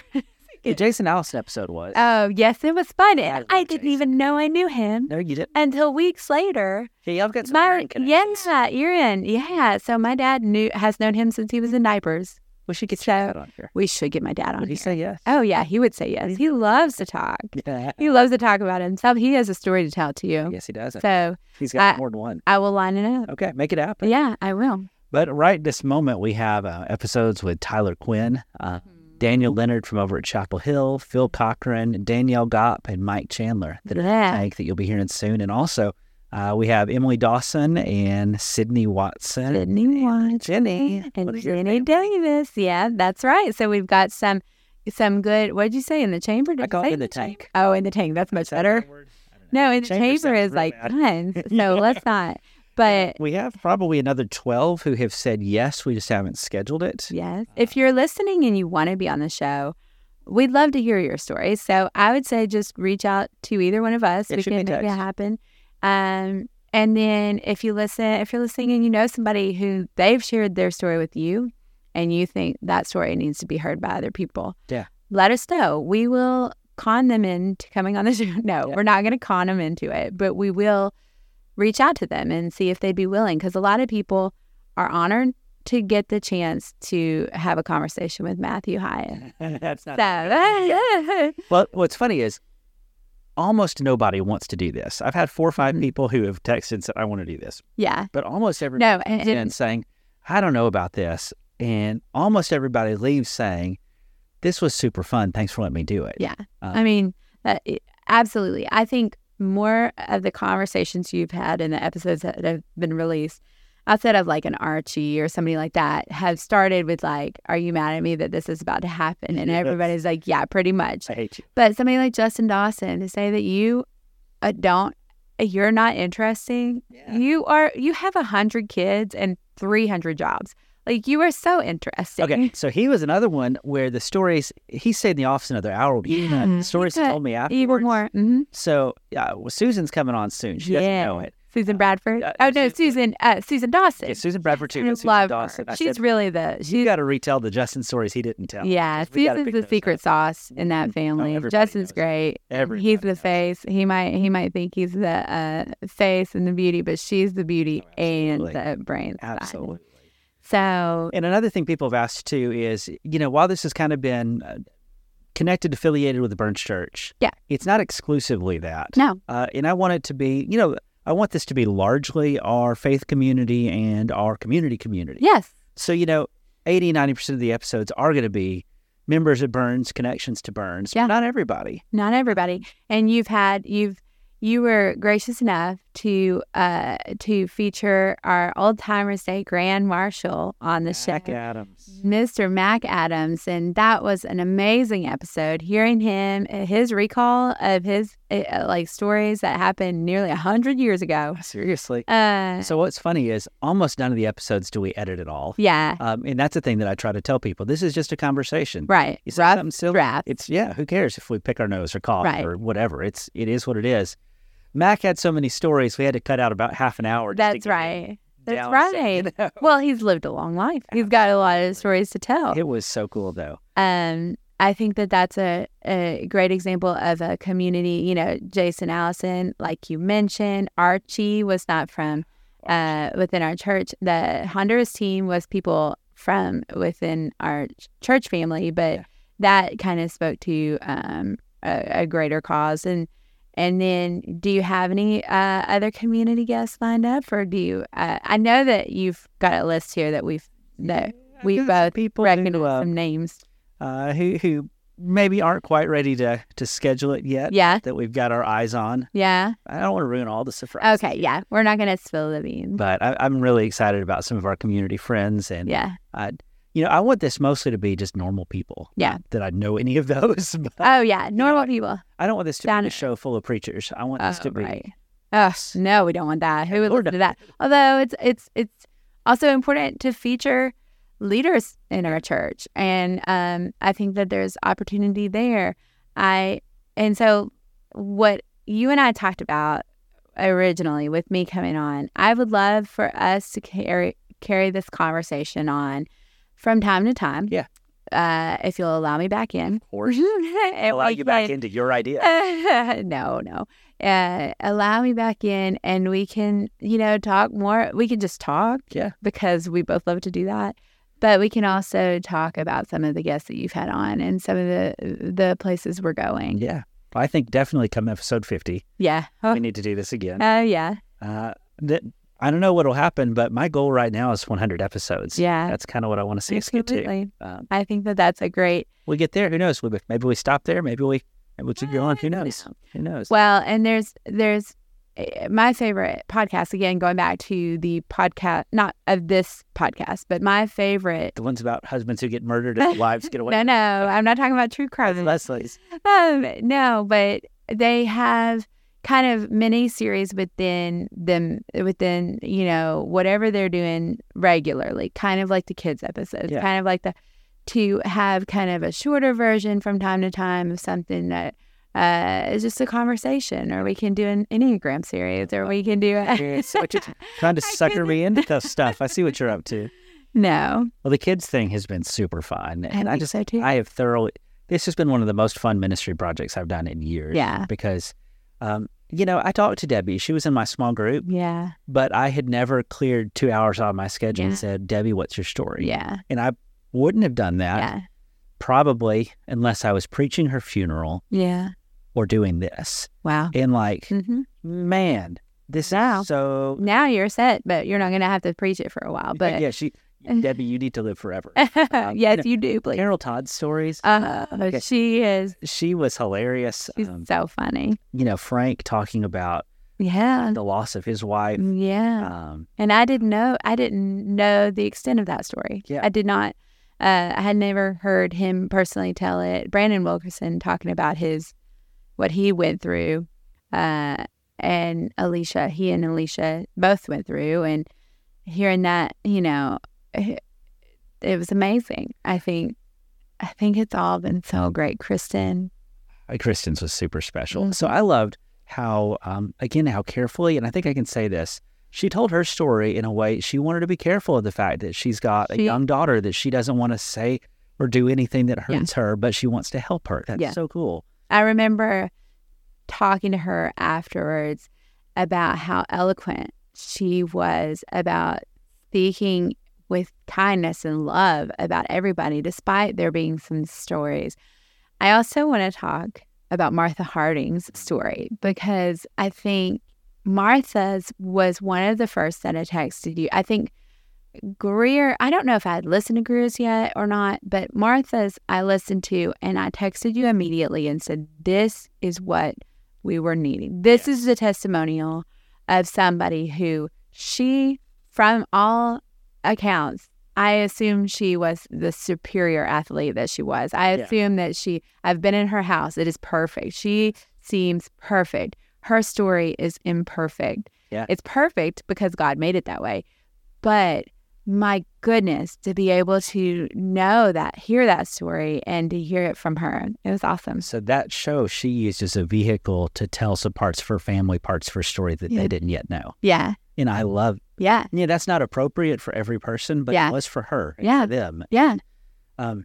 The Jason Allison episode was. Oh, yes, it was fun. And I I, love didn't Jason. even know I knew him no, you didn't. until weeks later. Yeah, y'all got some My, Aaron connections. yeah, you're in. Yeah. So my dad knew has known him since he was in diapers. We should get So- that on here. We should get my dad on. Would he Here. say yes? Oh yeah, he would say yes. He loves to talk. Yeah. He loves to talk about himself. He has a story to tell to you. Yes, he does. So uh, He's got I- more than one. I will line it up. Okay, make it happen. Yeah, I will. But right this moment, we have uh, episodes with Tyler Quinn, uh, Mm-hmm. Daniel Leonard from over at Chapel Hill, Phil Cochran, Danielle Gopp, and Mike Chandler that are Yeah. tank that you'll be hearing soon. And also, uh, we have Emily Dawson and Sydney Watson. Sydney Watson Jenny. What and is your Jenny name? Davis. Yeah, that's right. So we've got some some good. What did you say in the chamber? Did I you call say it in the tank. Oh, in the tank. That's much Is that better. the word? I don't know. No, in the Chamber chamber sounds is real like bad. tons. So let's not. But We have probably another 12 who have said yes. We just haven't scheduled it. yes, if you're listening and you want to be on the show, we'd love to hear your story. So I would say just reach out to either one of us. Yeah, we shoot me can a make it text. happen. Um, and then if you listen, if you're listening and you know somebody who they've shared their story with you, and you think that story needs to be heard by other people, Yeah. let us know. We will con them into coming on the show. No, Yeah. we're not going to con them into it, but we will reach out to them and see if they'd be willing because a lot of people are honored to get the chance to have a conversation with Matthew Hyatt. That's not. So, Well, what's funny is almost nobody wants to do this. I've had four or Mm-hmm. 5 people who have texted and said, I want to do this. yeah, But almost everybody no, and, comes in saying, I don't know about this. And almost everybody leaves saying, This was super fun. Thanks for letting me do it. Yeah. I mean, that, it- absolutely. I think more of the conversations you've had in the episodes that have been released outside of like an Archie or somebody like that have started with like, are you mad at me that this is about to happen? And Yes. everybody's like, yeah, pretty much. I hate you. But somebody like Justin Dawson to say that you uh, don't, you're not interesting. Mm-hmm. You are, you have a hundred kids and 300 jobs. Like you are so interesting. Okay. So he was another one where the stories, he stayed in the office another hour. Even Yeah, uh, he the stories he could. told me afterwards. Even more. hmm So yeah, well, Susan's coming on soon. She Yeah. doesn't know it. Susan Bradford. uh, oh no, Susan- Susan. Uh, Susan Dawson. Yeah, Susan Bradford too. I but Susan love Dawson. her. I She's said, really the. you She's got to retell the Justin stories he didn't tell. yeah. we gotta Susan's pick the those secret up. sauce in that Mhm. Oh, family. everybody Justin's knows. great. Everybody he's the knows. face. He might he might think he's the uh, face and the beauty, but she's the beauty Oh, and absolutely. the brains. behind it. Absolutely. So And another thing people have asked too is, you know, while this has kind of been uh, connected, affiliated with the Burns Church, Yeah. it's not exclusively that. No. uh, and I want it to be, you know, I want this to be largely our faith community and our community community. yes, So you know, 80, 90 percent of the episodes are going to be members of Burns, connections to Burns. but Yeah. not everybody. not everybody. And you've had you've you were gracious enough to uh to feature our old timers day grand marshal on the Mm. show. Adams. Mr. Mac Adams, and that was an amazing episode. Hearing him, his recall of his uh, like stories that happened nearly a hundred years ago. Ah, Seriously. Uh, So what's funny is almost none of the episodes do we edit at all. yeah, Um, and that's the thing that I try to tell people. This is just a conversation. right. You say Rough something silly, draft. It's yeah. Who cares if we pick our nose or cough Right. or whatever? It's it is what it is. Mac had so many stories we had to cut out about half an hour. just to get That's him right. That's down right. so- you know? Well, he's lived a long life. He's got a lot of stories to tell. It was so cool though. Um, I think that that's a, a great example of a community. You know, Jason Allison, like you mentioned, Archie was not from uh, within our church. The Honduras team was people from within our ch- church family, but Yeah. that kind of spoke to um, a, a greater cause. And and then, do you have any uh, other community guests lined up, or do you? Uh, I know that you've got a list here that we've that we Because both people recognize who, uh, some names. uh, who who maybe aren't quite ready to to schedule it yet. Yeah. That we've got our eyes on. Yeah. I don't want to ruin all the surprises. Okay. Yeah. We're not going to spill the beans. But I, I'm really excited about some of our community friends and yeah. I, you know, I want this mostly to be just normal people. Yeah. Not that I know any of those. But Oh, yeah. Normal I- people. I don't want this to Down be a it. show full of preachers. I want this Oh, to be right. Oh no, we don't want that. Who would Lord, listen to that? Although it's it's it's also important to feature leaders in our church, and um, I think that there's opportunity there. I and so what you and I talked about originally with me coming on, I would love for us to carry carry this conversation on from time to time. Yeah. uh, if you'll allow me back in. Of course. Allow you back into your Uh, idea. no, no. Uh, allow me back in, and we can, you know, talk more. We can just talk. Yeah. Because we both love to do that. But we can also talk about some of the guests that you've had on and some of the the places we're going. Yeah. I think definitely come episode 50, Yeah. Oh, we need to do this again. oh, yeah. Uh, th- I don't know what'll happen, but my goal right now is 100 episodes. Yeah. That's kind of what I want to see us get to. Absolutely. Um, I think that that's a great we get there. Who knows? We, maybe we stop there. Maybe we maybe we go on. Who knows? Who knows? Well, and there's there's eh, my favorite podcast again going back to the podcast not of this podcast, but my favorite. the ones about husbands who get murdered and wives get away. No, no, I'm not talking about true crime. Leslie's. Um, no, but they have kind of mini series within them within you know whatever they're doing regularly, kind of like the kids episodes, Yeah. kind of like the to have kind of a shorter version from time to time of something that uh, is just a conversation, or we can do an enneagram series, or we can do a, so what you're trying to I sucker me into this stuff. I see what you're up to. no. Well, the kids thing has been super fun, and I, think just so too. I have thoroughly. This has been one of the most fun ministry projects I've done in years. Yeah. because, um, you know, I talked to Debbie. She was in my small group, Yeah, but I had never cleared two hours out of my schedule Yeah. and said, "Debbie, what's your story?" yeah, and I wouldn't have done that yeah, probably unless I was preaching her funeral yeah. or doing this. Wow. And like, hmm man, this Wow. is so Now you're set, but you're not going to have to preach it for a while. But yeah, she Debbie, you need to live forever. yes, you do, please. Carol Todd's stories, Uh, Okay. She is. she was hilarious. She's Um, so funny. you know, Frank talking about Yeah. the loss of his wife. Mm, Yeah. Um, And I didn't know, I didn't know the extent of that story. Yeah. I did not, uh, I had never heard him personally tell it. Brandon Wilkerson talking about his, what he went through, uh, and Alicia, he and Alicia both went through and hearing that, you know, it, it was amazing. I think, I think it's all been so great. Kristen. uh, Kristen's was super special. Mm. So I loved how, um, again, how carefully, and I think I can say this. She told her story in a way she wanted to be careful of the fact that she's got a She- young daughter that she doesn't want to say or do anything that Yeah. hurts her, but she wants to help her. That's Yeah. so cool. I remember talking to her afterwards about how eloquent she was about speaking with kindness and love about everybody, despite there being some stories. I also want to talk about Martha Harding's story because I think Martha's was one of the first that I texted you. I think Greer, I don't know if I had listened to Greer's yet or not, but Martha's I listened to and I texted you immediately and said, This is what we were needing. This is the testimonial of somebody who she, from all accounts, I assume she was the superior athlete that she was. I Yeah. assume that she, I've been in her house. It is perfect. She seems perfect. Her story is imperfect. Yeah. It's perfect because God made it that way. But my goodness, to be able to know that, hear that story, and to hear it from her, it was awesome. So that show she used as a vehicle to tell some parts of her family, parts of her story that Yeah. they didn't yet know. Yeah, And I love, yeah, yeah, that's not appropriate for every person, but Yeah. it was for her, and Yeah. for them. yeah, Um,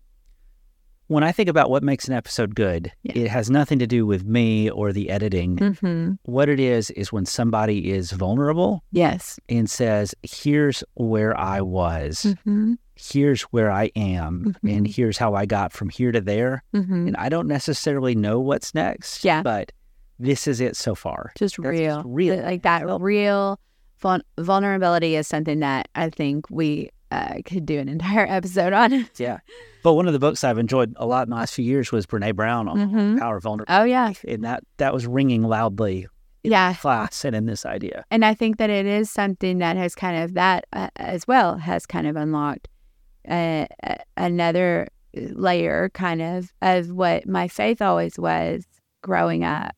when I think about what makes an episode good, Yeah. it has nothing to do with me or the editing. mm-hmm. What it is is when somebody is vulnerable yes, and says, "Here's where I was, mm-hmm. here's where I am, Mhm. and here's how I got from here to there." Mm-hmm. And I don't necessarily know what's next, Yeah. but this is it so far. just That's real, just real. Th- like that Well- real vul- vulnerability is something that I think we uh, could do an entire episode on. Yeah. But one of the books I've enjoyed a lot in the last few years was Brene Brown on Mm-hmm. power of vulnerability. Oh yeah, and that that was ringing loudly in Yeah. the class and in this idea. and I think that it is something that has kind of that uh, as well has kind of unlocked uh, a- another uh, layer, kind of of what my faith always was growing up,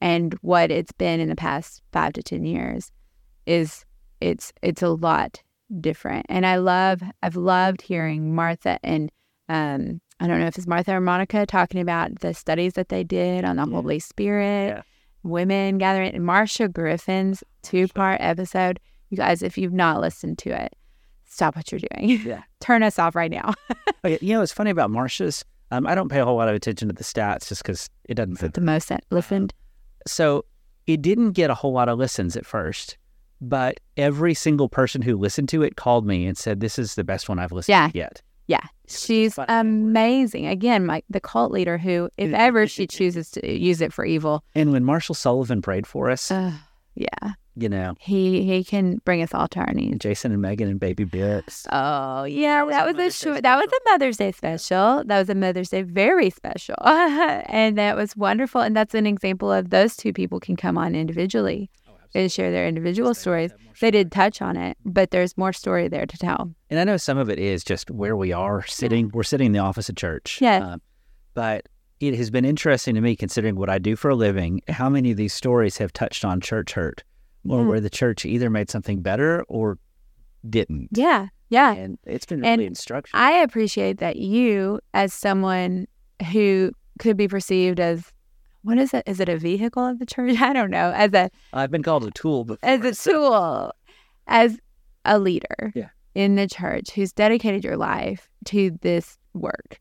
and what it's been in the past five to ten years is it's it's a lot different. And I love I've loved hearing Martha and um, I don't know if it's Martha or Monica talking about the studies that they did on the Yeah. Holy Spirit Yeah. women gathering and Marsha Griffin's two part episode. You guys, if you've not listened to it, stop what you're doing. Yeah. Turn us off right now. Okay, you know, it's funny about Marsha's. Um, I don't pay a whole lot of attention to the stats just because it doesn't fit. The most that listened. So it didn't get a whole lot of listens at first, but every single person who listened to it called me and said, "This is the best one I've listened Yeah. to yet." Yeah. She's um, fun. amazing. Again, like the cult leader who, if ever she chooses to use it for evil, And when Marshall Sullivan prayed for us, uh, yeah, you know, he he can bring us all to our knees. Jason and Megan and Baby Bits. Oh yeah, that was, Mother's Day a short. That was special. a Mother's Day special. That was a Mother's Day very special, and that was wonderful. And that's an example of those two people can come on individually and share their individual stories. They did touch on it, but there's more story there to tell. And I know some of it is just where we are sitting. We're sitting in the office of church. Yes. Um, but it has been interesting to me, considering what I do for a living, how many of these stories have touched on church hurt or Mm. where the church either made something better or didn't. Yeah, yeah. And it's been And really instructive. I appreciate that you, as someone who could be perceived as what is it? Is it a vehicle of the church? I don't know. As a I've been called a tool before. as a so- tool, as a leader Yeah. in the church who's dedicated your life to this work,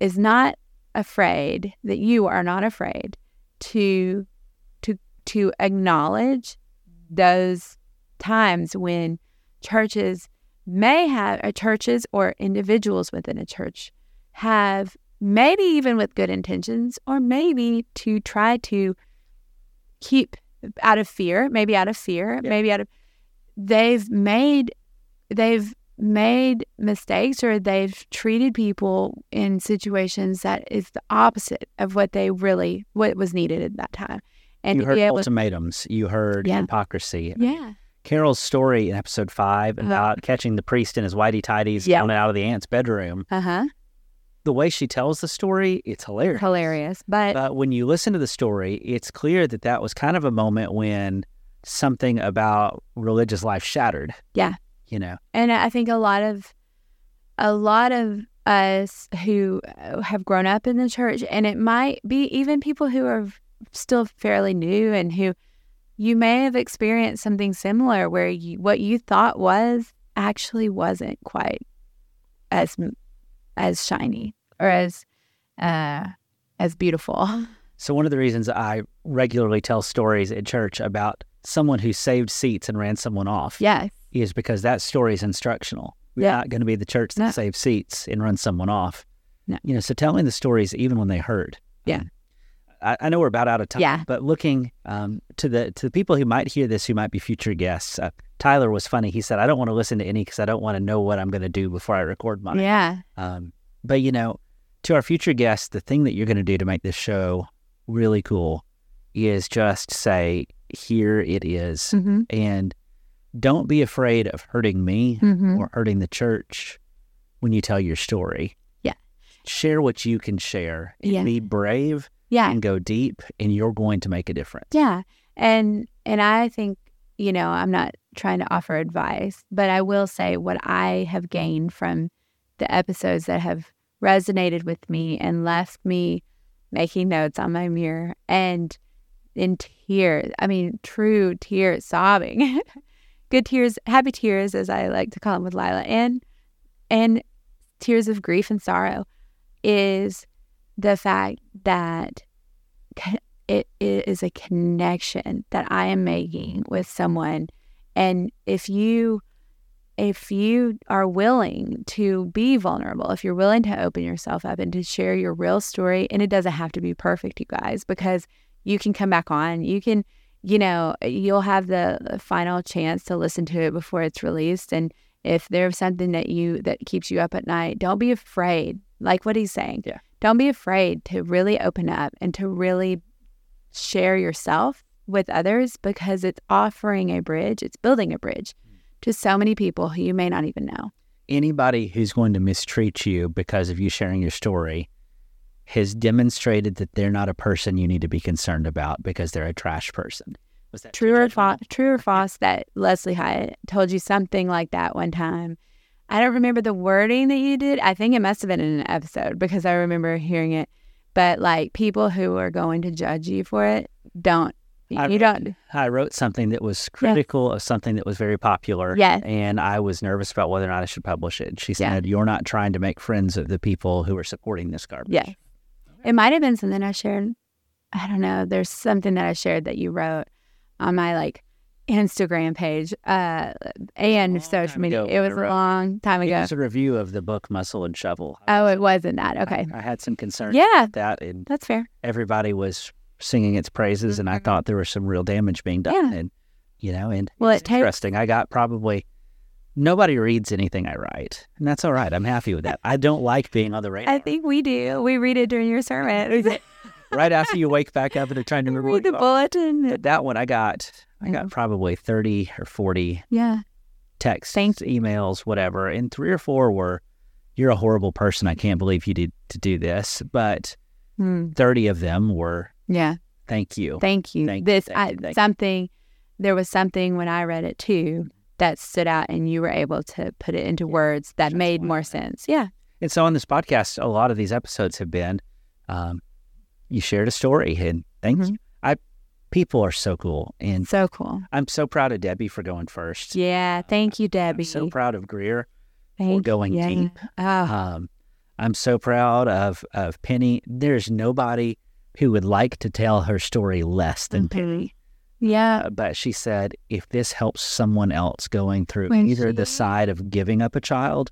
is not afraid that you are not afraid to to to acknowledge those times when churches may have or churches or individuals within a church have maybe even with good intentions or maybe to try to keep out of fear, maybe out of fear, Yeah. maybe out of they've made they've made mistakes or they've treated people in situations that is the opposite of what they really what was needed at that time. And you heard yeah, it was- ultimatums. You heard Yeah. hypocrisy. yeah. Carol's story in episode five Uh-huh. about catching the priest in his whitey tidies Yeah. coming out of the aunt's bedroom. Uh-huh. The way she tells the story, it's hilarious. Hilarious. But But Uh, when you listen to the story, it's clear that that was kind of a moment when something about religious life shattered. Yeah. You know, and I think a lot of a lot of us who uh, have grown up in the church, and it might be even people who are still fairly new and who you may have experienced something similar where you, what you thought was actually wasn't quite as as shiny or as uh, as beautiful. so one of the reasons I regularly tell stories at church about someone who saved seats and ran someone off Yes, is because that story is instructional. We're Yeah. not going to be the church that No. saves seats and runs someone off. No. You know, so telling the stories even when they hurt. Yeah. Um, I, I know we're about out of time. Yeah. But looking um, to the to the people who might hear this, who might be future guests, uh, Tyler was funny. He said, "I don't want to listen to any because I don't want to know what I'm going to do before I record mine." yeah, Um, but you know, to our future guests, the thing that you're going to do to make this show really cool is just say, "Here it is." mm-hmm. and don't be afraid of hurting me Mm-hmm. or hurting the church when you tell your story. Yeah. Share what you can share. and Yeah. Be brave yeah. and go deep, and you're going to make a difference. Yeah. And and I think, you know, I'm not trying to offer advice, but I will say what I have gained from the episodes that have resonated with me and left me making notes on my mirror and in tears. I mean, true tears, sobbing. Good tears, happy tears as I like to call them with Lila and and tears of grief and sorrow is the fact that it, it is a connection that I am making with someone. And if you if you are willing to be vulnerable, if you're willing to open yourself up and to share your real story, and it doesn't have to be perfect, you guys, because you can come back on. You can, you know, you'll have the final chance to listen to it before it's released. And if there's something that you that keeps you up at night, don't be afraid. Like what he's saying. Yeah. Don't be afraid to really open up and to really share yourself with others because it's offering a bridge, it's building a bridge to so many people who you may not even know. Anybody who's going to mistreat you because of you sharing your story has demonstrated that they're not a person you need to be concerned about because they're a trash person. Was that True or judgmental? false? True or false? That Leslie Hyatt told you something like that one time. I don't remember the wording that you did. I think it must have been in an episode because I remember hearing it. But like people who are going to judge you for it, don't I- you don't. I wrote something that was critical of something that was very popular. Yes. And I was nervous about whether or not I should publish it. She Yeah. said, You're not trying to make friends of the people who are supporting this garbage. Yeah. It might have been something I shared. I don't know. There's something that I shared that you wrote on my like Instagram page uh, and long social time media. ago It when I was a wrote- long time It ago. was a review of the book Muscle and Shovel. oh, it wasn't that. I- Okay. I, had some concerns Yeah, about that, and that's fair. everybody was singing its praises, and I Mhm. thought there was some real damage being done. Yeah. And, you know, and Well, it's it takes interesting. I got probably. Nobody reads anything I write, and that's all right. I'm happy with that. I don't like being on the radar. I think we do. We read it during your sermon. right after you wake back up and they're trying to remember what read the you are. bulletin. But that one I got I got probably 30 or 40 Yeah. texts, Thank- emails, whatever, and three or four were you're a horrible person. I can't believe you did to do this, but Hmm. 30 of them were Yeah. thank you. Thank you. Thank you, this thank I, you, thank you. something. There was something when I read it too that stood out, and you were able to put it into Yeah. words that That's made why I- more sense. Yeah. And so on this podcast, a lot of these episodes have been um, you shared a story and thank Mhm. you. I people are so cool and So cool. I'm so proud of Debbie for going first. Yeah. Thank you, I'm Debbie. so proud of Greer for Thank going yeah. deep. Oh, Um, I'm so proud of of Penny. There's nobody who would like to tell her story less Mm-hmm. than Penny. yeah. Uh, but she said, if this helps someone else going through When either the she- side of giving up a child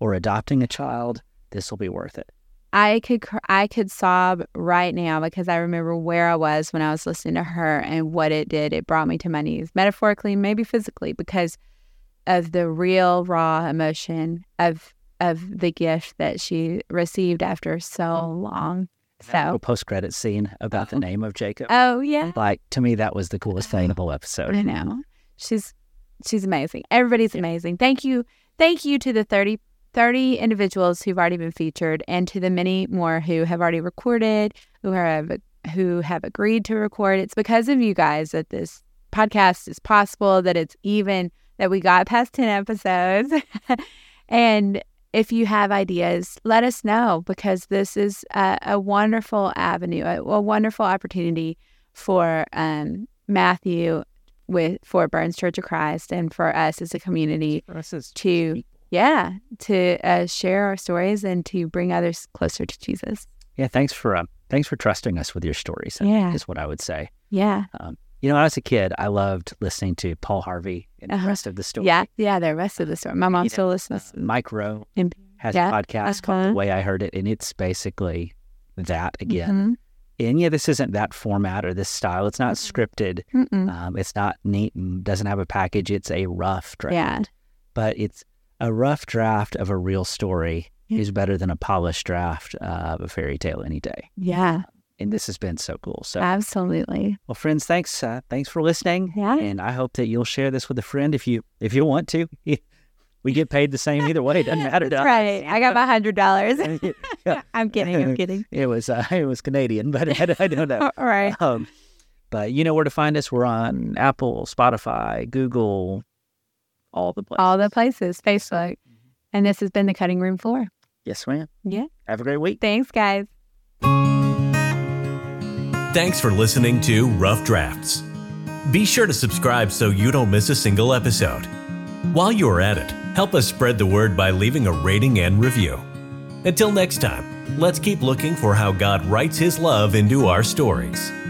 or adopting a child, this will be worth it. I could cr- I could sob right now because I remember where I was when I was listening to her and what it did. It brought me to my knees, metaphorically, maybe physically, because of the real raw emotion of of the gift that she received after so long. So, post credit scene about the name of Jacob. oh yeah. like to me, that was the coolest thing in the whole episode. I know. She's she's amazing. Everybody's amazing. Thank you. Thank you to the 30, 30 individuals who've already been featured and to the many more who have already recorded, who have who have agreed to record. It's because of you guys that this podcast is possible, that it's even that we got past 10 episodes. and if you have ideas, let us know because this is a, a wonderful avenue, a, a wonderful opportunity for um, Matthew with for Burns Church of Christ and for us as a community This is to yeah to uh, share our stories and to bring others closer to Jesus. yeah. Thanks for um, thanks for trusting us with your stories. Yeah. is what I would say. Yeah, You know, when I was a kid, I loved listening to Paul Harvey and the Uh-huh. rest of the story. yeah, yeah. The rest of the story, my mom You know, still listens. Uh, Mike Rowe And- has yeah, a podcast called uh-huh. The Way I Heard It, and it's basically that again. Mhm. And yeah, this isn't that format or this style. It's not Mm-hmm. scripted. Mm-mm. Um, it's not neat and doesn't have a package. It's a rough draft. Yeah, But it's a rough draft of a real story Yeah. is better than a polished draft of a fairy tale any day. yeah, And this has been so cool. So, absolutely. well, friends, thanks. Uh, thanks for listening. Yeah, and I hope that you'll share this with a friend if you if you want to. We get paid the same either way. It doesn't matter to That's us. right. I got my hundred dollars. Yeah. I'm kidding. I'm kidding. it was uh, it was Canadian, but I, don't know. All right. Um, but you know where to find us. We're on Apple, Spotify, Google, all the places. All the places, Facebook, Mm-hmm. and this has been the cutting room floor. yes, ma'am. Yeah. Have a great week. Thanks, guys. Thanks for listening to Rough Drafts. Be sure to subscribe so you don't miss a single episode. While you are at it, help us spread the word by leaving a rating and review. Until next time, let's keep looking for how God writes His love into our stories.